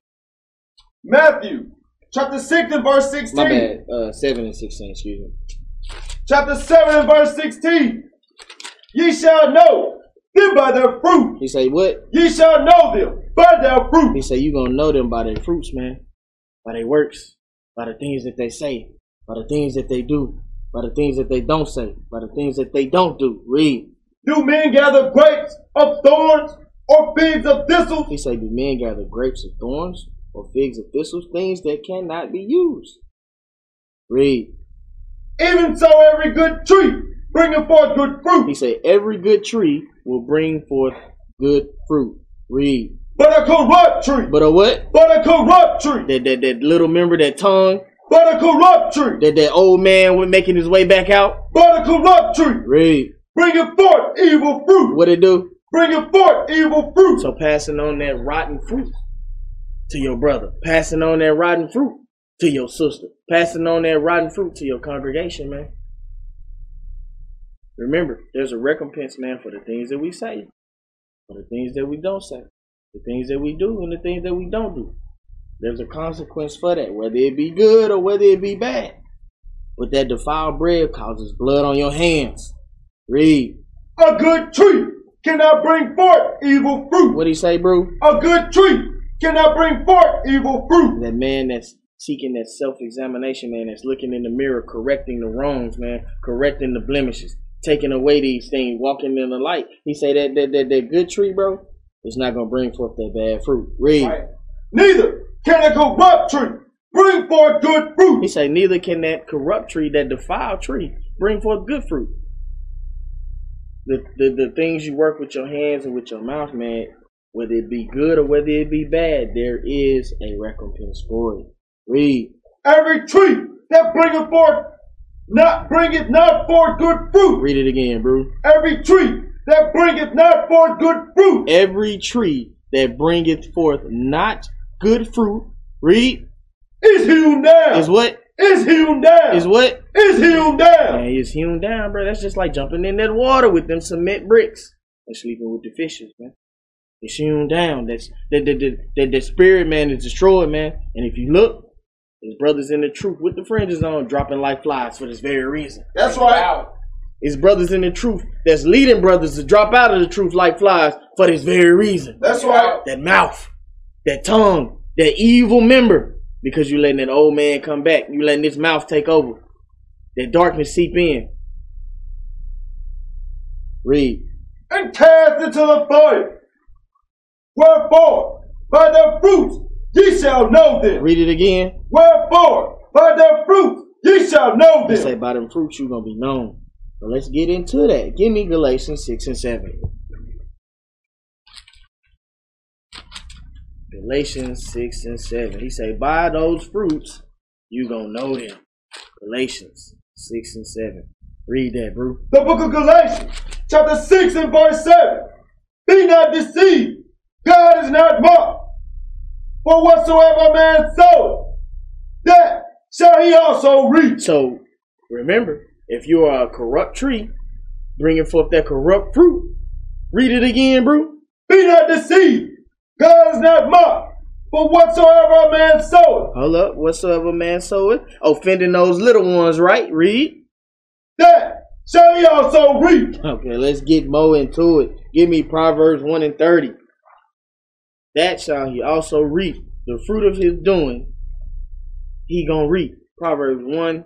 Speaker 2: Matthew chapter 6 and verse 16.
Speaker 1: My bad. Uh, seven and sixteen. Excuse me.
Speaker 2: Chapter 7 and verse 16. Ye shall know them by their fruit.
Speaker 1: He say what?
Speaker 2: Ye shall know them by their fruit.
Speaker 1: He said, you going to know them by their fruits, man. By their works. By the things that they say. By the things that they do. By the things that they don't say. By the things that they don't do. Read.
Speaker 2: Do men gather grapes of thorns or figs of
Speaker 1: He
Speaker 2: thistles?
Speaker 1: said, do men gather grapes of thorns or figs of thistles? Things that cannot be used. Read.
Speaker 2: Even so, every good tree bringeth forth good
Speaker 1: He
Speaker 2: fruit,
Speaker 1: said, every good tree will bring forth good fruit. Read.
Speaker 2: but a corrupt tree,
Speaker 1: But a what?
Speaker 2: but a corrupt tree,
Speaker 1: That, that, that little member, that tongue,
Speaker 2: but a corrupt tree,
Speaker 1: that, that old man was making his way back out.
Speaker 2: but a corrupt tree,
Speaker 1: Read.
Speaker 2: bringeth forth evil fruit,
Speaker 1: What it do?
Speaker 2: bringeth forth evil fruit.
Speaker 1: So passing on that rotten fruit to your brother, passing on that rotten fruit to your sister, passing on that rotten fruit to your congregation, man. Remember, there's a recompense, man, for the things that we say, for the things that we don't say, the things that we do, and the things that we don't do. There's a consequence for that, whether it be good or whether it be bad. But that defiled bread causes blood on your hands. Read.
Speaker 2: A good tree cannot bring forth evil fruit.
Speaker 1: What he say, bro?
Speaker 2: A good tree cannot bring forth evil fruit.
Speaker 1: that man that's seeking that self-examination man that's looking in the mirror correcting the wrongs man correcting the blemishes taking away these things, walking in the light. He say that that that, that good tree, bro, is not gonna bring forth that bad fruit. Read.
Speaker 2: Right. Neither can a corrupt tree bring forth good
Speaker 1: He
Speaker 2: fruit.
Speaker 1: say neither can that corrupt tree, that defiled tree, bring forth good fruit. The, the the things you work with your hands and with your mouth, man, whether it be good or whether it be bad, there is a recompense for it. Read.
Speaker 2: Every tree that bringeth forth not bringeth not forth good fruit.
Speaker 1: Read it again, bro.
Speaker 2: Every tree that bringeth not forth good fruit
Speaker 1: Every tree that bringeth forth not good fruit, read,
Speaker 2: is hewn down.
Speaker 1: is what?
Speaker 2: Is hewn down.
Speaker 1: Is what?
Speaker 2: Is hewn down.
Speaker 1: Man, it's hewn down, bro. That's just like jumping in that water with them cement bricks and sleeping with the fishes, man. It's hewn down. That's that that that, that, that spirit, man, is destroyed, man. And if you look, his brothers in the truth with the fringes on, dropping like flies for this very reason.
Speaker 2: That's right.
Speaker 1: His brothers in the truth that's leading brothers to drop out of the truth like flies for this very reason.
Speaker 2: That's right.
Speaker 1: that mouth, that tongue, that evil member, because you letting that old man come back. You letting this mouth take over. That darkness seep in. Read.
Speaker 2: And cast into the fire. Wherefore, by their fruits ye shall know them.
Speaker 1: Read it again.
Speaker 2: Wherefore, by their fruits ye shall know
Speaker 1: They say
Speaker 2: them.
Speaker 1: by them fruits you gonna be known. But let's get into that. Give me Galatians six and seven. Galatians six and seven. He say, by those fruits you gonna know them. Galatians six and seven. Read that, bro.
Speaker 2: The book of Galatians, chapter 6 and verse 7. Be not deceived. God is not mocked. For whatsoever a man soweth, that shall he also reap.
Speaker 1: So remember, if you are a corrupt tree, bringing forth that corrupt fruit, read it again, bro.
Speaker 2: Be not deceived. God is not mocked. For whatsoever a man soweth,
Speaker 1: Hold up, whatsoever man soweth, offending those little ones, right? Read.
Speaker 2: that shall he also reap.
Speaker 1: Okay, let's get more into it. Give me Proverbs 1 and 30. That shall he also reap. The fruit of his doing, he gonna reap. Proverbs 1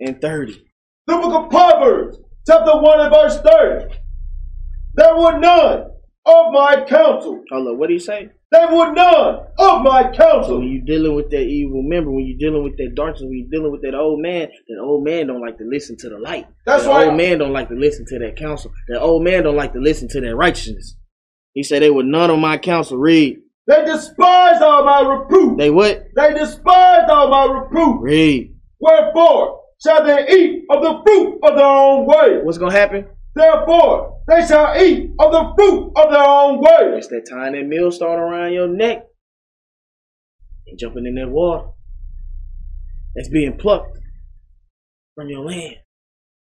Speaker 1: and 30.
Speaker 2: The book of Proverbs, chapter 1 and verse 30. There were none of my counsel.
Speaker 1: Hold up, what do you say?
Speaker 2: There were none of my
Speaker 1: So when
Speaker 2: counsel.
Speaker 1: you dealing with that evil member, when you're dealing with that darkness, when you're dealing with that old man, that old man don't like to listen to the light.
Speaker 2: That's
Speaker 1: that
Speaker 2: right.
Speaker 1: old man don't like to listen to that counsel. That old man don't like to listen to that righteousness. He said they were none of my counsel. Read.
Speaker 2: They despised all my reproof.
Speaker 1: They what?
Speaker 2: They despised all my reproof.
Speaker 1: Read.
Speaker 2: Wherefore shall they eat of the fruit of their own way.
Speaker 1: What's gonna happen?
Speaker 2: Therefore they shall eat of the fruit of their own way.
Speaker 1: It's that tying that millstone around your neck and jumping in that water. That's being plucked from your land.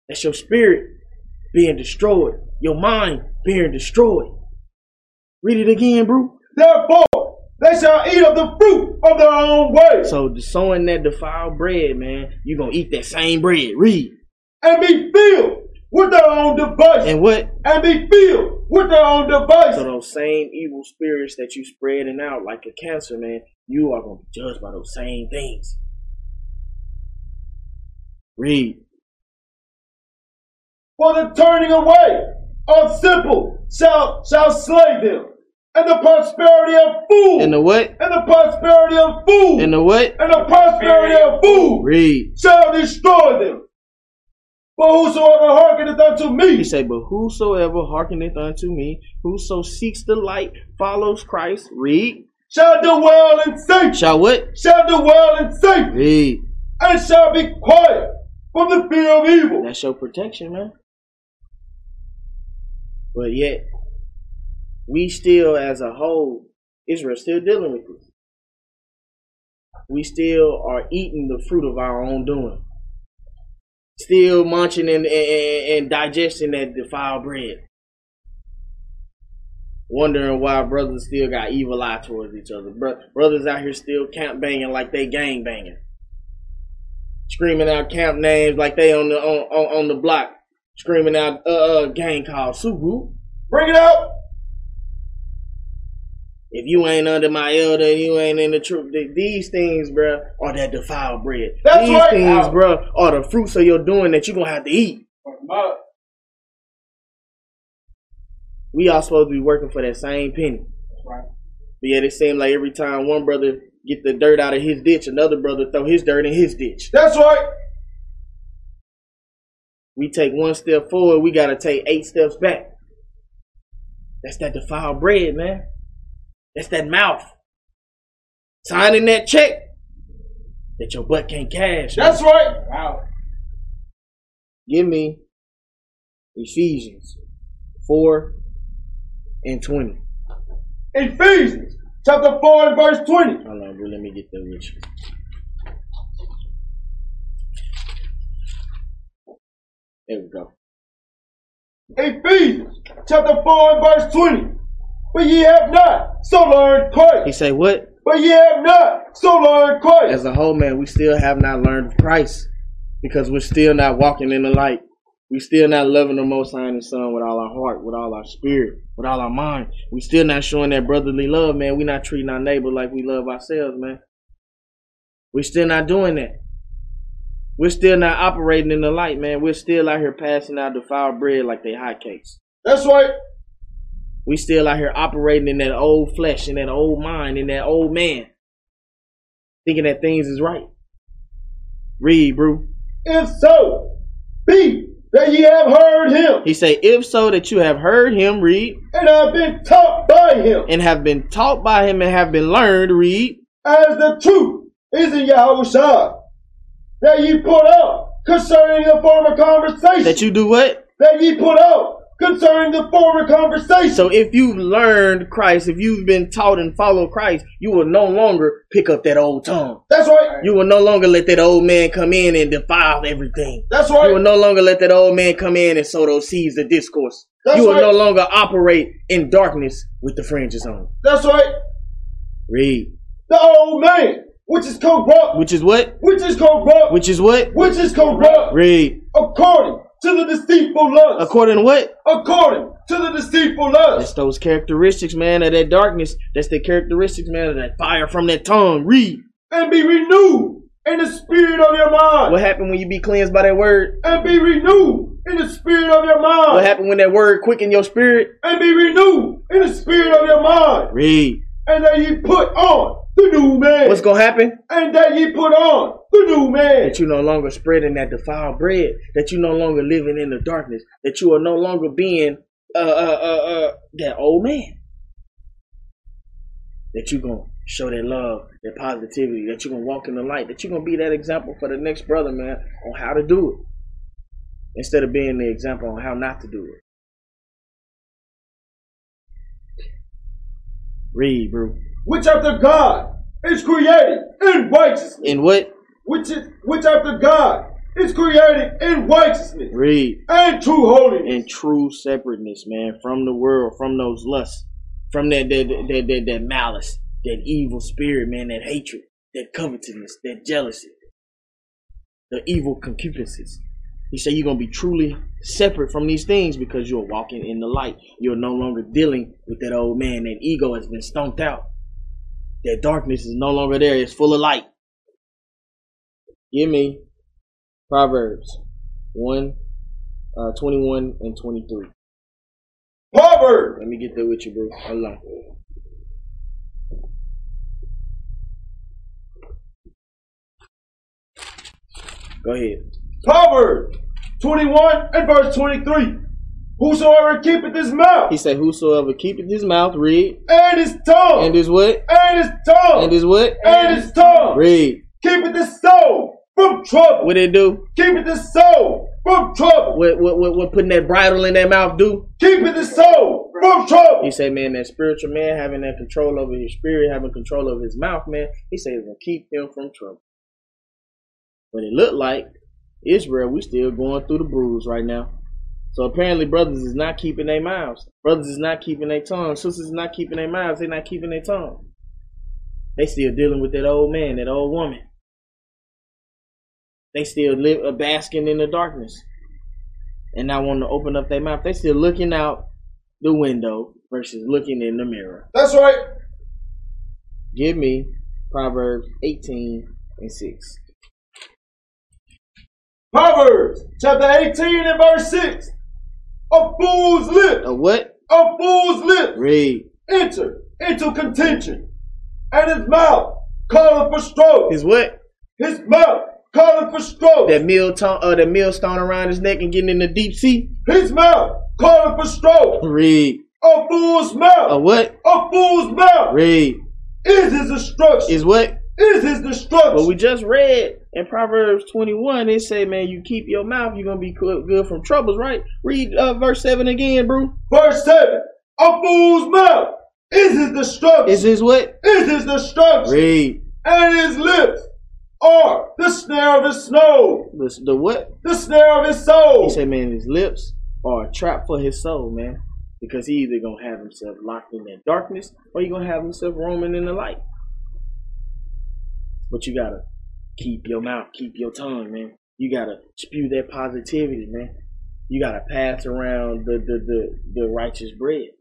Speaker 1: That's your spirit being destroyed. Your mind being destroyed. Read it again, bro.
Speaker 2: Therefore they shall eat of the fruit of their own way.
Speaker 1: So the sowing that defiled bread, man, you gonna eat that same bread. Read.
Speaker 2: and be filled with their own device.
Speaker 1: And what?
Speaker 2: And be filled with their own
Speaker 1: So
Speaker 2: device.
Speaker 1: those same evil spirits that you spreading out like a cancer, man, you are gonna be judged by those same things. Read.
Speaker 2: For the turning away of simple shall shall slay them. And the prosperity of fools.
Speaker 1: And
Speaker 2: And
Speaker 1: the
Speaker 2: the,
Speaker 1: what?
Speaker 2: prosperity of
Speaker 1: And
Speaker 2: fools. And the,
Speaker 1: the what?
Speaker 2: prosperity of fools
Speaker 1: Read.
Speaker 2: shall destroy them. For whosoever hearkeneth unto
Speaker 1: He
Speaker 2: me,
Speaker 1: say, But whosoever hearkeneth unto me, whoso seeks the light, follows Christ. Read.
Speaker 2: shall dwell in safety,
Speaker 1: Shall what?
Speaker 2: shall dwell in safety,
Speaker 1: Read.
Speaker 2: and shall be quiet from the fear of evil.
Speaker 1: That's your protection, man. But yet, we still, as a whole, Israel still dealing with this. We still are eating the fruit of our own doing. Still munching and, and, and and digesting that defiled bread. Wondering why brothers still got evil eye towards each other. Bro- brothers out here still camp banging like they gang banging screaming out camp names like they on the on, on, on the block, screaming out uh, uh gang called Sugu.
Speaker 2: Bring it out.
Speaker 1: If you ain't under my elder, you ain't in the truth. Th- These things, bruh, are that defiled bread.
Speaker 2: That's
Speaker 1: These
Speaker 2: right.
Speaker 1: things, bruh, are the fruits of your doing that you gonna have to eat. we all supposed to be working for that same penny.
Speaker 2: Right.
Speaker 1: But yet it seemed like every time one brother get the dirt out of his ditch, another brother throw his dirt in his ditch.
Speaker 2: That's right.
Speaker 1: We take one step forward, we gotta take eight steps back. That's that defiled bread, man. That's that mouth. Signing that check that your butt can't cash. man.
Speaker 2: That's right. Wow.
Speaker 1: Give me Ephesians 4 and 20.
Speaker 2: Ephesians chapter 4 and verse 20.
Speaker 1: Hold on, bro. Let me get that with you. There we go.
Speaker 2: Ephesians chapter 4 and verse 20. But ye have not so learned
Speaker 1: He
Speaker 2: Christ.
Speaker 1: say what?
Speaker 2: But ye have not so learned Christ.
Speaker 1: As a whole, man, we still have not learned of Christ because we're still not walking in the light. We still not loving the Most High and the Son with all our heart, with all our spirit, with all our mind. We still not showing that brotherly love, man. We not treating our neighbor like we love ourselves, man. We're still not doing that. We're still not operating in the light, man. We're still out here passing out defiled bread like they hotcakes.
Speaker 2: That's right.
Speaker 1: We still out here operating in that old flesh, in that old mind, in that old man, thinking that things is right. Read, bro.
Speaker 2: If so, be that ye have heard him,
Speaker 1: He say, if so that you have heard him read,
Speaker 2: and have been taught by him,
Speaker 1: and have been taught by him, and have been learned read,
Speaker 2: as the truth is in Yahushua, that ye put out concerning the former conversation.
Speaker 1: that you do what?
Speaker 2: that ye put out concerning the former conversation.
Speaker 1: So if you've learned Christ, if you've been taught and follow Christ, you will no longer pick up that old tongue.
Speaker 2: That's right.
Speaker 1: You will no longer let that old man come in and defile everything.
Speaker 2: That's
Speaker 1: You will
Speaker 2: right.
Speaker 1: no longer let that old man come in and sow those seeds of discourse.
Speaker 2: That's
Speaker 1: you will
Speaker 2: right.
Speaker 1: no longer operate in darkness with the fringes on.
Speaker 2: That's right.
Speaker 1: Read.
Speaker 2: The old man, which is corrupt,
Speaker 1: Which is what?
Speaker 2: which is corrupt,
Speaker 1: Which is what?
Speaker 2: which is corrupt,
Speaker 1: Read.
Speaker 2: according to the deceitful lust,
Speaker 1: According to what?
Speaker 2: according to the deceitful lust.
Speaker 1: That's those characteristics, man, of that darkness. That's the characteristics, man, of that fire from that tongue. Read.
Speaker 2: and be renewed in the spirit of your mind.
Speaker 1: What happened when you be cleansed by that word?
Speaker 2: And be renewed in the spirit of your
Speaker 1: What
Speaker 2: mind.
Speaker 1: happened when that word quickened your spirit?
Speaker 2: And be renewed in the spirit of your mind.
Speaker 1: Read.
Speaker 2: And that ye put on the new man.
Speaker 1: What's gonna happen?
Speaker 2: and that ye put on the new man.
Speaker 1: That you no longer spreading that defiled bread. That you no longer living in the darkness. That you are no longer being uh uh uh, uh that old man. That you gonna show that love, that positivity. That you gonna walk in the light. That you gonna be that example for the next brother, man, on how to do it. Instead of being the example on how not to do it. Read, bro.
Speaker 2: Which after God is created in righteousness.
Speaker 1: And what?
Speaker 2: Which is which after God is created in righteousness
Speaker 1: Read.
Speaker 2: and true holiness.
Speaker 1: and true separateness, man, from the world, from those lusts, from that that that that, that malice, that evil spirit, man, that hatred, that covetousness, that jealousy, the evil concupiscences. He said you're gonna be truly separate from these things because you're walking in the light. You're no longer dealing with that old man. That ego has been stomped out. That darkness is no longer there. It's full of light. Give me Proverbs one uh, 21 and 23. Mm.
Speaker 2: Proverbs
Speaker 1: Let me get there with you, bro. Hold on. Go ahead.
Speaker 2: Proverbs 21 and verse 23. Whosoever keepeth his mouth
Speaker 1: He said, Whosoever keepeth his mouth, read,
Speaker 2: and his tongue
Speaker 1: and his what?
Speaker 2: and his tongue
Speaker 1: And his what?
Speaker 2: and his tongue
Speaker 1: Read.
Speaker 2: keepeth his soul from trouble.
Speaker 1: What it do?
Speaker 2: Keepeth his soul from trouble.
Speaker 1: What, what, what, what putting that bridle in that mouth do?
Speaker 2: Keepeth his soul from
Speaker 1: He
Speaker 2: trouble.
Speaker 1: said, man, that spiritual man having that control over his spirit, having control over his mouth, man, he said it's gonna keep him from trouble. But it looked like Israel, we still going through the bruise right now. So apparently brothers is not keeping their mouths. Brothers is not keeping their tongue. Sisters is not keeping their mouths. they not keeping their tongue. They still dealing with that old man, that old woman. They still live uh, basking in the darkness. And not wanting to open up their mouth. They still looking out the window versus looking in the mirror.
Speaker 2: That's right.
Speaker 1: Give me Proverbs 18 and 6.
Speaker 2: Proverbs chapter 18 and verse 6. A fool's lip
Speaker 1: A what?
Speaker 2: of fool's lips
Speaker 1: Read.
Speaker 2: enter into contention, and his mouth calling for stroke. His,
Speaker 1: His what?
Speaker 2: mouth calling for stroke.
Speaker 1: That mill ton- uh, that millstone around his neck and getting in the deep sea?
Speaker 2: His mouth calling for stroke.
Speaker 1: Read.
Speaker 2: A fool's
Speaker 1: A
Speaker 2: mouth.
Speaker 1: what?
Speaker 2: A fool's mouth
Speaker 1: Read.
Speaker 2: is his destruction.
Speaker 1: Is what?
Speaker 2: Is his
Speaker 1: But
Speaker 2: destruction.
Speaker 1: we just read in Proverbs 21, it say, man, you keep your mouth, you're going to be cl- good from troubles, right? Read uh, verse 7 again, bro.
Speaker 2: Verse 7. A fool's mouth is his
Speaker 1: Is
Speaker 2: destruction.
Speaker 1: this what?
Speaker 2: Is his destruction.
Speaker 1: Read.
Speaker 2: And his lips are the snare of his snow.
Speaker 1: The, the what?
Speaker 2: The snare of his
Speaker 1: He
Speaker 2: soul.
Speaker 1: said, man, his lips are a trap for his soul, man. Because he either going to have himself locked in that darkness or he going to have himself roaming in the light. But you got to keep your mouth, keep your tongue, man. You got to spew that positivity, man. You got to pass around the, the, the, the righteous bread.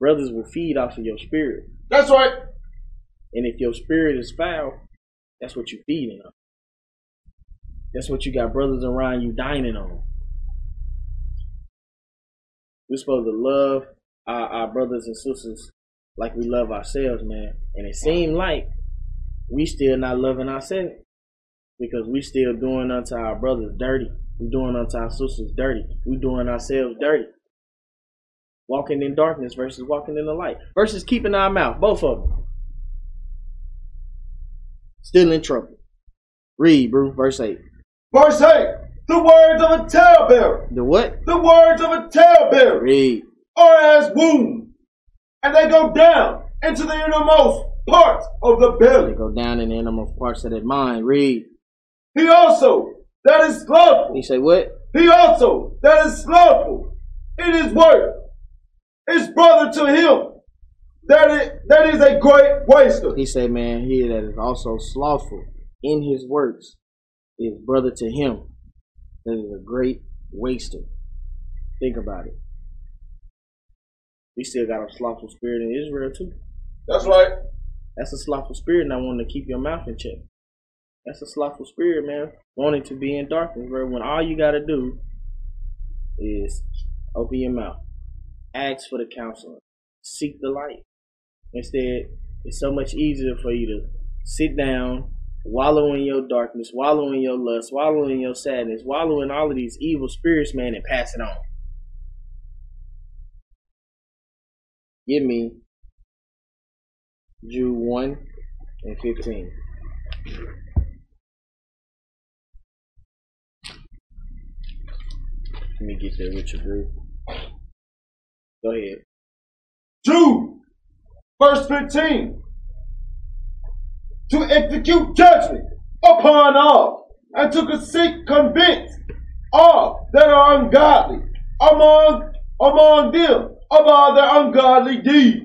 Speaker 1: Brothers will feed off of your spirit.
Speaker 2: That's right.
Speaker 1: And if your spirit is foul, that's what you feeding on. That's what you got brothers around you dining on. We're supposed to love our, our brothers and sisters like we love ourselves, man. And it seemed like we still not loving ourselves because we still doing unto our brothers dirty. We doing unto our sisters dirty. We doing ourselves dirty. Walking in darkness versus walking in the light versus keeping our mouth, both of them still in trouble. Read, bro, verse 8.
Speaker 2: Verse 8. The words of a talebearer.
Speaker 1: The what?
Speaker 2: The words of a talebearer.
Speaker 1: Read.
Speaker 2: are as wounds, and they go down into the innermost parts of the
Speaker 1: They
Speaker 2: belly.
Speaker 1: go down in the innermost parts of that mind. Read.
Speaker 2: He also that is slothful,
Speaker 1: He say what?
Speaker 2: he also that is slothful in his work, is brother to him that is, that is a great waster.
Speaker 1: He say, man, he that is also slothful in his works is brother to him. That is a great waster. Think about it. We still got a slothful spirit in Israel too.
Speaker 2: That's right.
Speaker 1: That's a slothful spirit not wanting to keep your mouth in check. That's a slothful spirit, man. Wanting to be in darkness, bro. When all you gotta do is open your mouth, ask for the counseling, seek the light. Instead, it's so much easier for you to sit down, wallow in your darkness, wallow in your lust, wallow in your sadness, wallow in all of these evil spirits, man, and pass it on. Give me Jew 1 and 15. Let me get there with your group. Go ahead.
Speaker 2: Jude, verse 15. To execute judgment upon all, and to seek convince all that are ungodly among, among them of all their ungodly deeds,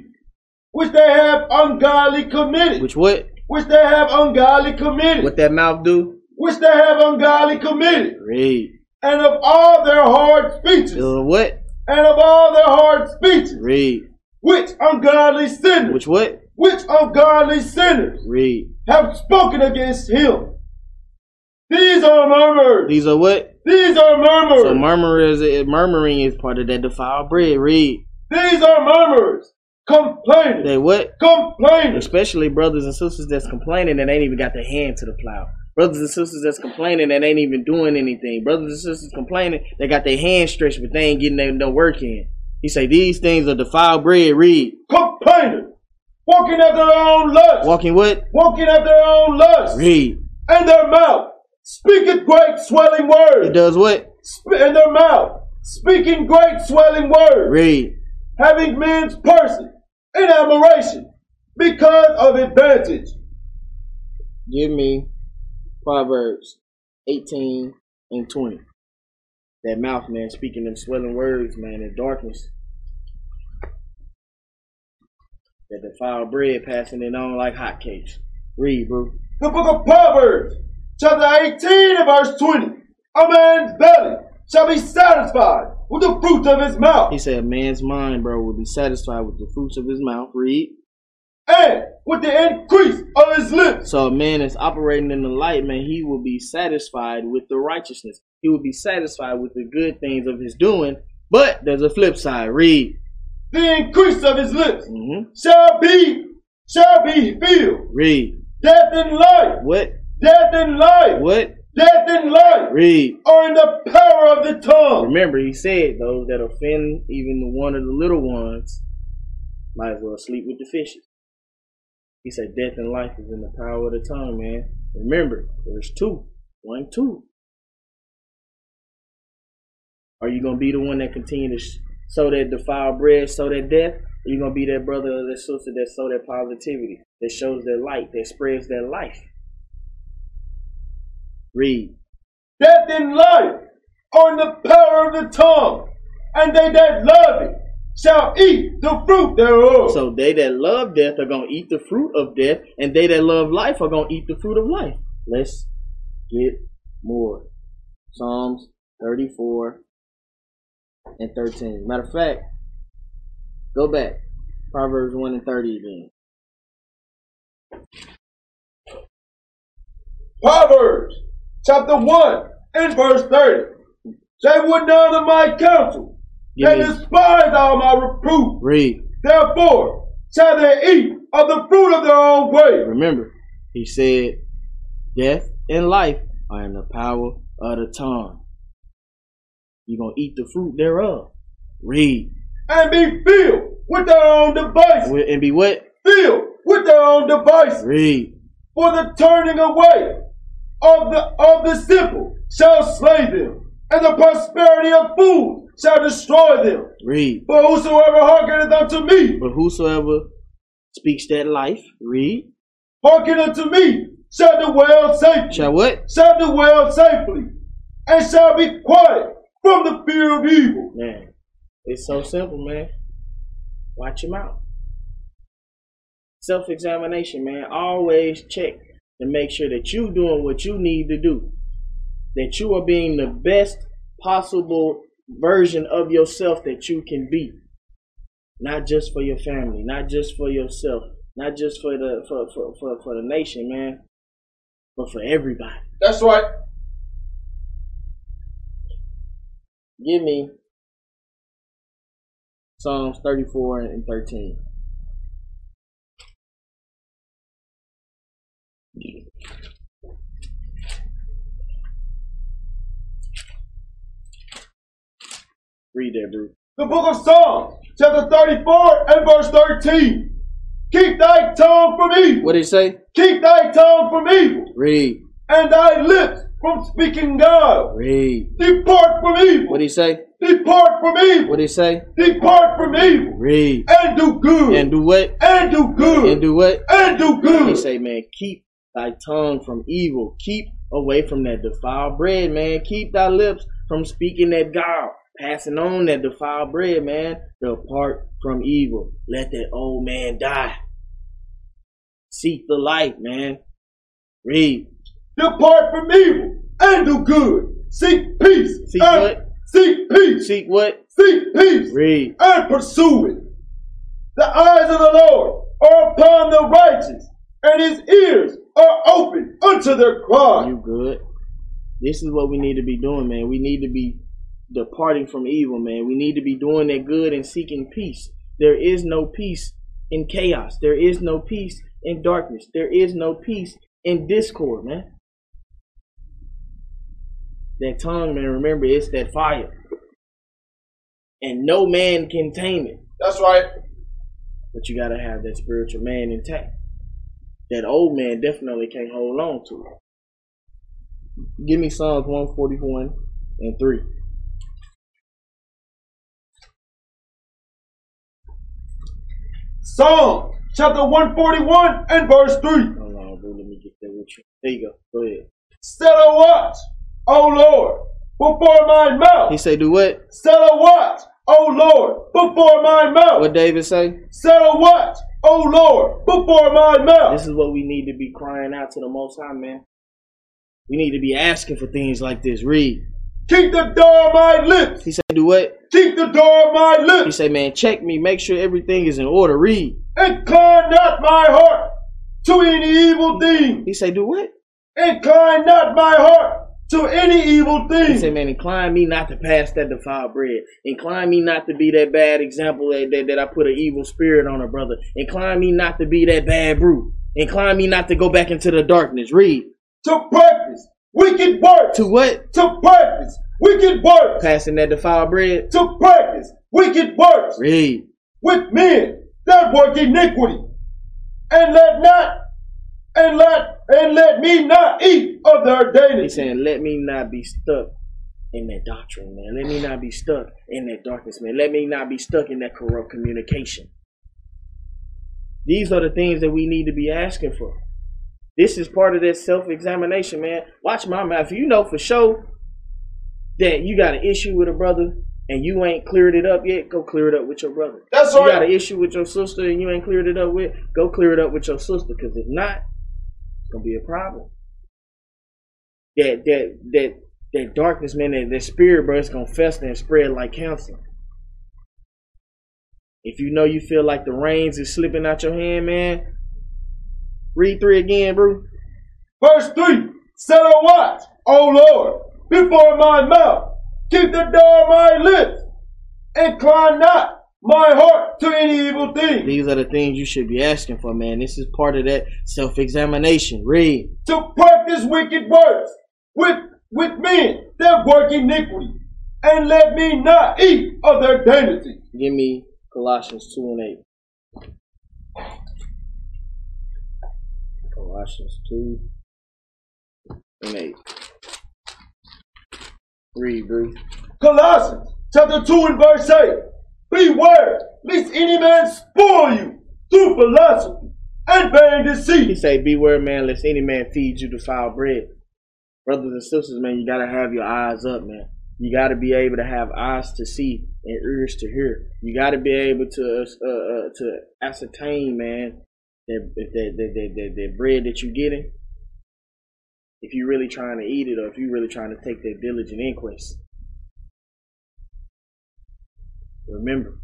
Speaker 2: which they have ungodly committed,
Speaker 1: Which what?
Speaker 2: which they have ungodly committed,
Speaker 1: What that mouth do?
Speaker 2: which they have ungodly committed,
Speaker 1: Read.
Speaker 2: and of all their hard speeches,
Speaker 1: Uh, what?
Speaker 2: and of all their hard speeches,
Speaker 1: Read.
Speaker 2: which ungodly sinners,
Speaker 1: Which what?
Speaker 2: which ungodly sinners
Speaker 1: Read.
Speaker 2: have spoken against him. These are murmurs.
Speaker 1: These are what?
Speaker 2: These are murmurs.
Speaker 1: So murmurers, murmuring is part of that defiled bread. Read.
Speaker 2: These are murmurs. Complaining.
Speaker 1: That what?
Speaker 2: Complaining.
Speaker 1: Especially brothers and sisters that's complaining that ain't even got their hand to the plow. Brothers and sisters that's complaining that ain't even doing anything. Brothers and sisters complaining they got their hand stretched but they ain't getting no- no work in. He say these things are defiled bread. Read.
Speaker 2: Complaining. Walking after their own lust.
Speaker 1: Walking what?
Speaker 2: Walking after their own lust.
Speaker 1: Read.
Speaker 2: And their mouth speaketh great swelling
Speaker 1: It
Speaker 2: words.
Speaker 1: does what?
Speaker 2: Sp- in their mouth speaking great swelling words.
Speaker 1: Read.
Speaker 2: having men's person in admiration because of advantage.
Speaker 1: Give me Proverbs 18 and 20. That mouth, man, speaking them swelling words, man, in darkness. That defiled bread passing it on like hotcakes. Read, bro.
Speaker 2: The book of Proverbs, chapter 18 and verse 20. A man's belly shall be satisfied with the fruit of his
Speaker 1: He
Speaker 2: mouth
Speaker 1: said, man's mind, bro, will be satisfied with the fruits of his mouth. Read.
Speaker 2: and with the increase of his lips.
Speaker 1: So a man that's operating in the light, man, he will be satisfied with the righteousness. He will be satisfied with the good things of his doing But there's a flip side. Read.
Speaker 2: The increase of his lips
Speaker 1: Mm-hmm.
Speaker 2: shall be shall be filled.
Speaker 1: Read.
Speaker 2: Death and life,
Speaker 1: What?
Speaker 2: death and life,
Speaker 1: What?
Speaker 2: death and life
Speaker 1: Read.
Speaker 2: are in the power of the tongue.
Speaker 1: Remember, he said those that offend even the one of the little ones might as well sleep with the fishes. He said death and life is in the power of the tongue, man. Remember, there's two. One, two. Are you going to be the one that continue to sh- sow that defiled bread, sow that death? Or you going to be that brother or that sister that sow that positivity, that shows that light, that spreads that life? Read.
Speaker 2: Death and life are in the power of the tongue, and they that love it shall eat the fruit thereof.
Speaker 1: So they that love death are gonna eat the fruit of death, and they that love life are gonna eat the fruit of life. Let's get more. Psalms 34 and 13. Matter of fact, go back. Proverbs 1 and 30 again.
Speaker 2: Proverbs chapter 1 and verse 30. They would none of my counsel, they
Speaker 1: Give me
Speaker 2: despise all my reproof.
Speaker 1: read.
Speaker 2: Therefore shall they eat of the fruit of their own way.
Speaker 1: Remember, he said, Death and life are in the power of the tongue. You're gonna eat the fruit thereof. Read.
Speaker 2: And be filled with their own devices.
Speaker 1: And be what?
Speaker 2: Filled with their own devices.
Speaker 1: Read.
Speaker 2: For the turning away of the of the simple shall slay them. And the prosperity of fools shall destroy them.
Speaker 1: Read.
Speaker 2: For whosoever hearkeneth unto me,
Speaker 1: But whosoever speaks that life, read,
Speaker 2: hearken unto me, shall dwell safely.
Speaker 1: shall what?
Speaker 2: shall dwell safely, and shall be quiet from the fear of evil.
Speaker 1: Man, it's so simple, man. Watch your mouth. Self examination, man. Always check to make sure that you're doing what you need to do, that you are being the best possible version of yourself that you can be. Not just for your family, not just for yourself, not just for the for, for, for, for the nation, man, but for everybody.
Speaker 2: That's right.
Speaker 1: Give me Psalms 34 and 13. Read that, bro.
Speaker 2: The book of Psalms, chapter 34 and verse 13. Keep thy tongue from evil.
Speaker 1: What did it say?
Speaker 2: Keep thy tongue from evil,
Speaker 1: Read.
Speaker 2: and thy lips from speaking God.
Speaker 1: Read.
Speaker 2: Depart from evil.
Speaker 1: What did it say?
Speaker 2: Depart from evil.
Speaker 1: What did it say?
Speaker 2: Depart from evil.
Speaker 1: Read.
Speaker 2: And do good.
Speaker 1: And do what?
Speaker 2: And do good.
Speaker 1: And do what?
Speaker 2: And do
Speaker 1: He
Speaker 2: good.
Speaker 1: say, man, keep thy tongue from evil. Keep away from that defiled bread, man. Keep thy lips from speaking that guile, passing on that defiled bread, man. Depart from evil. Let that old man die. Seek the light, man. Read.
Speaker 2: Depart from evil and do good. Seek peace.
Speaker 1: Seek
Speaker 2: and-
Speaker 1: what?
Speaker 2: Seek peace.
Speaker 1: Seek what?
Speaker 2: Seek peace
Speaker 1: Read.
Speaker 2: and pursue it. The eyes of the Lord are upon the righteous, and his ears are open unto their cry.
Speaker 1: You good? This is what we need to be doing, man. We need to be departing from evil, man. We need to be doing that good and seeking peace. There is no peace in chaos. There is no peace in darkness. There is no peace in discord, man. That tongue, man, remember, it's that fire. And no man can tame it.
Speaker 2: That's right.
Speaker 1: But you gotta have that spiritual man intact. That old man definitely can't hold on to it. Give me Psalms 141 and 3.
Speaker 2: Psalm chapter 141 and verse 3.
Speaker 1: Hold on, bro. Let me get that with you. There you go. Go ahead.
Speaker 2: Set a watch, O Lord, before my
Speaker 1: He
Speaker 2: mouth.
Speaker 1: say, do what?
Speaker 2: Set a watch, O Lord, before my mouth.
Speaker 1: What David say?
Speaker 2: Set a watch, O Lord, before my mouth.
Speaker 1: This is what we need to be crying out to the Most High, man. We need to be asking for things like this. Read.
Speaker 2: Keep the door of my lips.
Speaker 1: He say, do what?
Speaker 2: Keep the door of my
Speaker 1: He
Speaker 2: lips.
Speaker 1: say, man, check me. Make sure everything is in order. Read.
Speaker 2: Incline not my heart to any evil thing.
Speaker 1: He say, do what?
Speaker 2: Incline not my heart to any evil
Speaker 1: He
Speaker 2: thing.
Speaker 1: said, man, incline me not to pass that defiled bread. Incline me not to be that bad example that, that, that I put an evil spirit on a brother. Incline me not to be that bad brute. Incline me not to go back into the darkness. Read.
Speaker 2: To practice wicked works.
Speaker 1: To what?
Speaker 2: To practice wicked works.
Speaker 1: Passing that defiled bread.
Speaker 2: To practice wicked works
Speaker 1: Read.
Speaker 2: with men that work iniquity. And let not and let and let me not eat of their daily.
Speaker 1: He's saying, let me not be stuck in that doctrine, man. Let me not be stuck in that darkness, man. Let me not be stuck in that corrupt communication. These are the things that we need to be asking for. This is part of that self examination, man. Watch my mouth. You know for sure that you got an issue with a brother and you ain't cleared it up yet, go clear it up with your brother.
Speaker 2: That's
Speaker 1: You got
Speaker 2: right.
Speaker 1: an issue with your sister and you ain't cleared it up with, go clear it up with your sister. Because if not, it's gonna be a problem. That that that that darkness, man, that, that spirit, bro, it's gonna fester and spread like cancer. If you know you feel like the reins is slipping out your hand, man, read three again, bro.
Speaker 2: Verse 3 Set a watch, O Lord, before my mouth. Keep the door of my lips. Incline not my heart to any evil thing.
Speaker 1: These are the things you should be asking for, man. This is part of that self-examination. Read.
Speaker 2: To practice wicked words with, with men that work iniquity. And let me not eat of their vanity.
Speaker 1: Give me Colossians 2 and 8. Colossians 2 and 8. Read, Bruce.
Speaker 2: Colossians chapter 2 and verse 8. Beware, lest any man spoil you through philosophy and vain
Speaker 1: He
Speaker 2: deceit.
Speaker 1: say, Beware, man, lest any man feed you defiled bread. Brothers and sisters, man, you gotta have your eyes up, man. You gotta be able to have eyes to see and ears to hear. You gotta be able to uh, uh, to ascertain, man, that that, that, that, that that bread that you're getting, if you're really trying to eat it or if you're really trying to take that diligent inquest. Remember.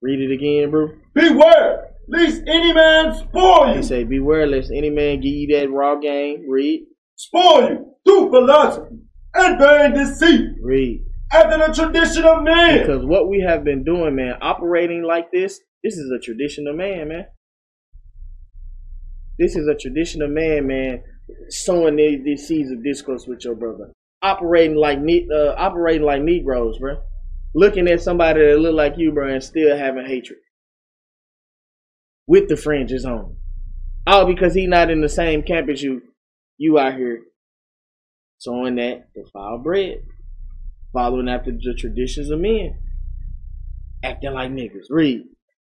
Speaker 1: Read it again, bro.
Speaker 2: Beware, lest any man spoil you
Speaker 1: He say, Beware lest any man give you that raw game. Read,
Speaker 2: spoil you through philosophy and vain deceit
Speaker 1: read.
Speaker 2: after the tradition of men,
Speaker 1: Because what we have been doing, man, operating like this, this is a tradition of man, man. This is a tradition of man, man, sowing these, these seeds of discourse with your brother. Operating like ne- uh, operating like Negroes, bro. Looking at somebody that look like you, bro, and still having hatred. With the fringes on. All because he not in the same camp as you. You out here sowing that defiled bread following after the traditions of men, acting like niggas. Read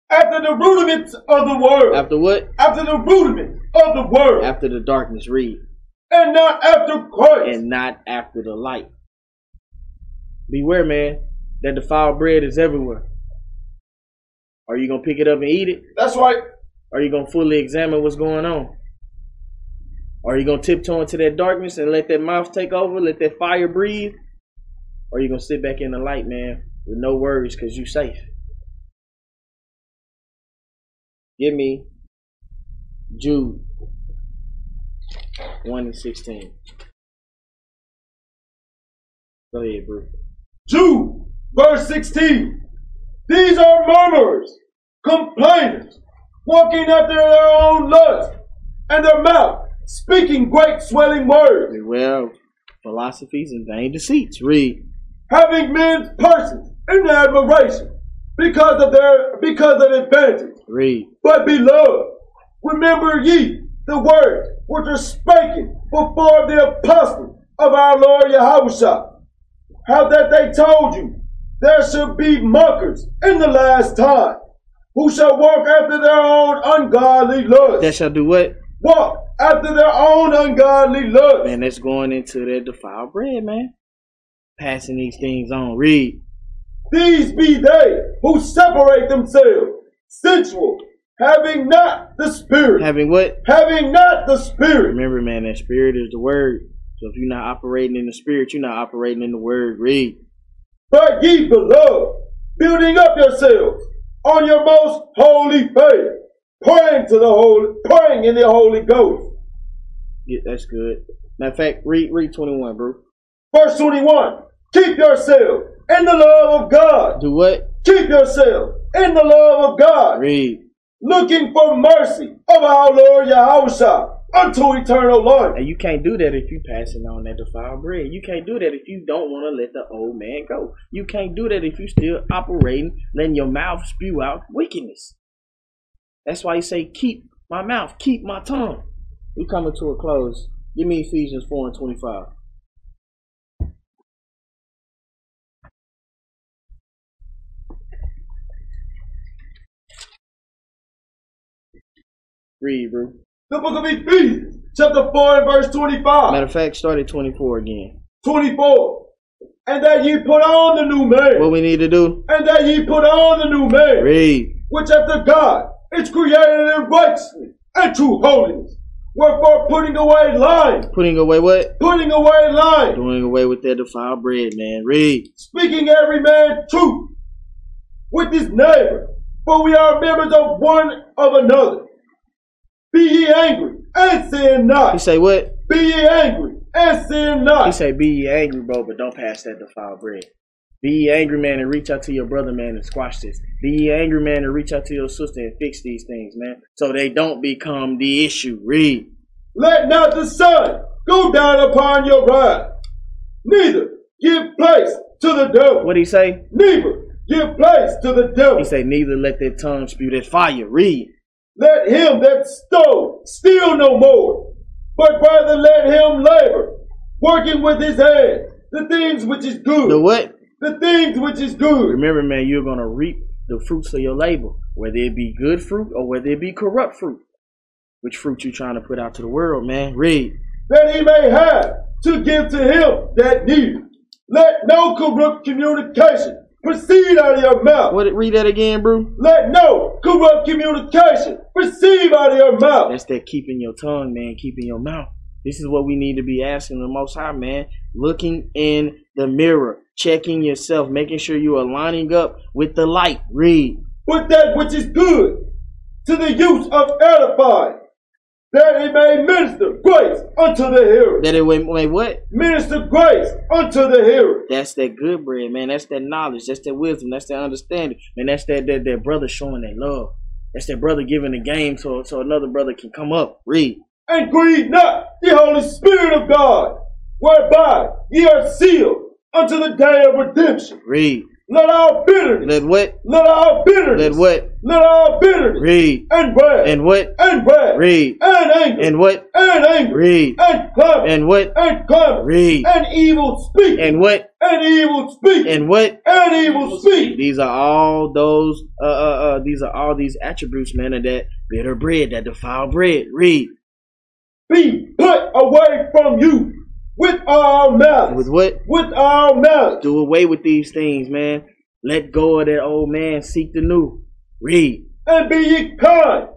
Speaker 2: after the rudiments of the world, after,
Speaker 1: after what?
Speaker 2: the rudiments of the world,
Speaker 1: After the darkness. Read
Speaker 2: and not after Christ.
Speaker 1: and not after the light. Beware, man, that defiled bread is everywhere. Are you gonna pick it up and eat it?
Speaker 2: That's right.
Speaker 1: Are you gonna fully examine what's going on? Are you gonna tiptoe into that darkness and let that mouth take over, let that fire breathe? Or are you gonna sit back in the light, man, with no worries because you safe? Give me Jude 1 and 16. Go ahead, bro.
Speaker 2: Jude, verse 16. These are murmurers, complainers, walking after their own lust, and their mouth speaking great swelling words,
Speaker 1: Beware of philosophies and vain deceits. Read.
Speaker 2: having men's persons in admiration because of their because of advantage.
Speaker 1: Read.
Speaker 2: But beloved, remember ye the words which are spoken before the apostle of our Lord Yahushua, how that they told you there should be mockers in the last time, who shall walk after their own ungodly lust,
Speaker 1: That shall do what?
Speaker 2: walk after their own ungodly lust,
Speaker 1: Man, that's going into that defiled bread, man. Passing these things on. Read.
Speaker 2: These be they who separate themselves, sensual, having not the spirit,
Speaker 1: Having what?
Speaker 2: having not the spirit.
Speaker 1: Remember, man, that spirit is the word. So if you're not operating in the spirit, you're not operating in the word. Read.
Speaker 2: But ye beloved, building up yourselves on your most holy faith, praying to the holy, praying in the Holy Ghost.
Speaker 1: Yeah, that's good. Matter of fact, read read twenty one, bro.
Speaker 2: Verse 21. Keep yourself in the love of God.
Speaker 1: Do what?
Speaker 2: Keep yourself in the love of God,
Speaker 1: Read.
Speaker 2: looking for mercy of our Lord Yahushua unto eternal life.
Speaker 1: And you can't do that if you passing on that defiled bread. You can't do that if you don't want to let the old man go. You can't do that if you still operating, letting your mouth spew out wickedness. That's why you say, keep my mouth, keep my tongue. We coming to a close. Give me Ephesians 4 and 25. Read, bro.
Speaker 2: The book of Ephesians, chapter 4 and verse 25,
Speaker 1: Matter of fact, start at 24 again.
Speaker 2: 24. And that ye put on the new
Speaker 1: What
Speaker 2: man,
Speaker 1: we need to do?
Speaker 2: and that ye put on the new man,
Speaker 1: Read.
Speaker 2: which after God is created in righteousness and true holiness. Wherefore putting away lying,
Speaker 1: Putting away what?
Speaker 2: putting away lying,
Speaker 1: Doing away with that defiled bread, man. Read.
Speaker 2: speaking every man truth with his neighbor, for we are members of one of another. Be ye angry and sin
Speaker 1: He
Speaker 2: not.
Speaker 1: say what?
Speaker 2: Be ye angry and sin
Speaker 1: He
Speaker 2: not.
Speaker 1: say, be ye angry, bro, but don't pass that defiled bread. Be ye angry, man, and reach out to your brother, man, and squash this. Be ye angry, man, and reach out to your sister and fix these things, man, so they don't become the issue. Read.
Speaker 2: Let not the sun go down upon your wrath, neither give place to the devil.
Speaker 1: What he say?
Speaker 2: Neither give place to the
Speaker 1: He
Speaker 2: devil.
Speaker 1: say, neither let their tongue spew that fire. Read.
Speaker 2: Let him that stole steal no more, but rather let him labor, working with his hand the things which is good.
Speaker 1: The what?
Speaker 2: the things which is good.
Speaker 1: Remember, man, you're gonna reap the fruits of your labor, whether it be good fruit or whether it be corrupt fruit. Which fruit you trying to put out to the world, man? Read.
Speaker 2: that he may have to give to him that need. Let no corrupt communication proceed out of your mouth.
Speaker 1: What? Read that again, bro.
Speaker 2: Let no corrupt communication proceed out of your mouth.
Speaker 1: That's that keeping your tongue, man. Keeping your mouth. This is what we need to be asking the Most High, man. Looking in the mirror, checking yourself, making sure you are lining up with the light. Read.
Speaker 2: But that which is good to the use of edifying, that he may minister grace unto the hearer.
Speaker 1: That it wait, wait, what?
Speaker 2: Minister grace unto the hearer.
Speaker 1: That's that good bread, man. That's that knowledge. That's that wisdom. That's that understanding. Man, that's that that, that brother showing that love. That's that brother giving the game so so another brother can come up. Read.
Speaker 2: And grieve not the Holy Spirit of God, whereby ye are sealed unto the day of redemption.
Speaker 1: Read.
Speaker 2: Let all bitterness
Speaker 1: Let what?
Speaker 2: Let all
Speaker 1: Let
Speaker 2: bitterness.
Speaker 1: what?
Speaker 2: Let all bitterness.
Speaker 1: Read.
Speaker 2: And wrath.
Speaker 1: And what?
Speaker 2: and wrath.
Speaker 1: Read.
Speaker 2: And anger.
Speaker 1: And what?
Speaker 2: and anger.
Speaker 1: Read.
Speaker 2: And clamor.
Speaker 1: And what?
Speaker 2: and clamor.
Speaker 1: Read.
Speaker 2: And evil speak.
Speaker 1: And what?
Speaker 2: and evil speak.
Speaker 1: And what?
Speaker 2: and evil speak.
Speaker 1: These are all those uh uh uh these are all these attributes, man, of that bitter bread, that defiled bread. Read.
Speaker 2: Be put away from you with all malice.
Speaker 1: With what?
Speaker 2: With all malice.
Speaker 1: Do away with these things, man. Let go of that old man, seek the new. Read.
Speaker 2: And be ye kind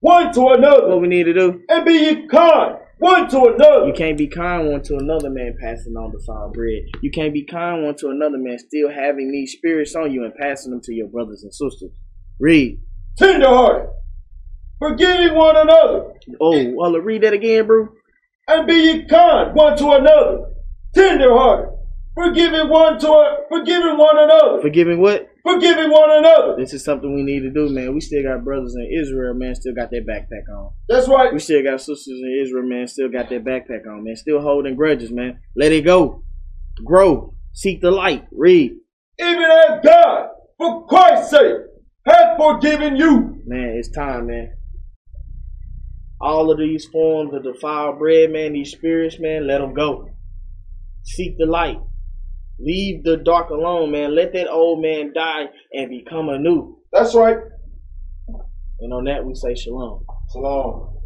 Speaker 2: one to another.
Speaker 1: What we need to do?
Speaker 2: And be ye kind one to
Speaker 1: You
Speaker 2: another.
Speaker 1: can't be kind one to another man passing on the foul bread. You can't be kind one to another man still having these spirits on you and passing them to your brothers and sisters. Read.
Speaker 2: Tenderhearted. Forgiving one another.
Speaker 1: Oh, well, read that again, bro.
Speaker 2: and be ye kind one to another, tenderhearted, forgiving one to forgiving one another,
Speaker 1: Forgiving what?
Speaker 2: forgiving one another.
Speaker 1: This is something we need to do, man. We still got brothers in Israel, man. Still got their backpack on.
Speaker 2: That's right.
Speaker 1: We still got sisters in Israel, man. Still got their backpack on, man. Still holding grudges, man. Let it go. Grow. Seek the light. Read.
Speaker 2: Even as God, for Christ's sake, hath forgiven you.
Speaker 1: Man, it's time, man. All of these forms of defiled bread, man, these spirits, man, let them go. Seek the light. Leave the dark alone, man. Let that old man die and become anew.
Speaker 2: That's right.
Speaker 1: And on that, we say shalom.
Speaker 2: Shalom.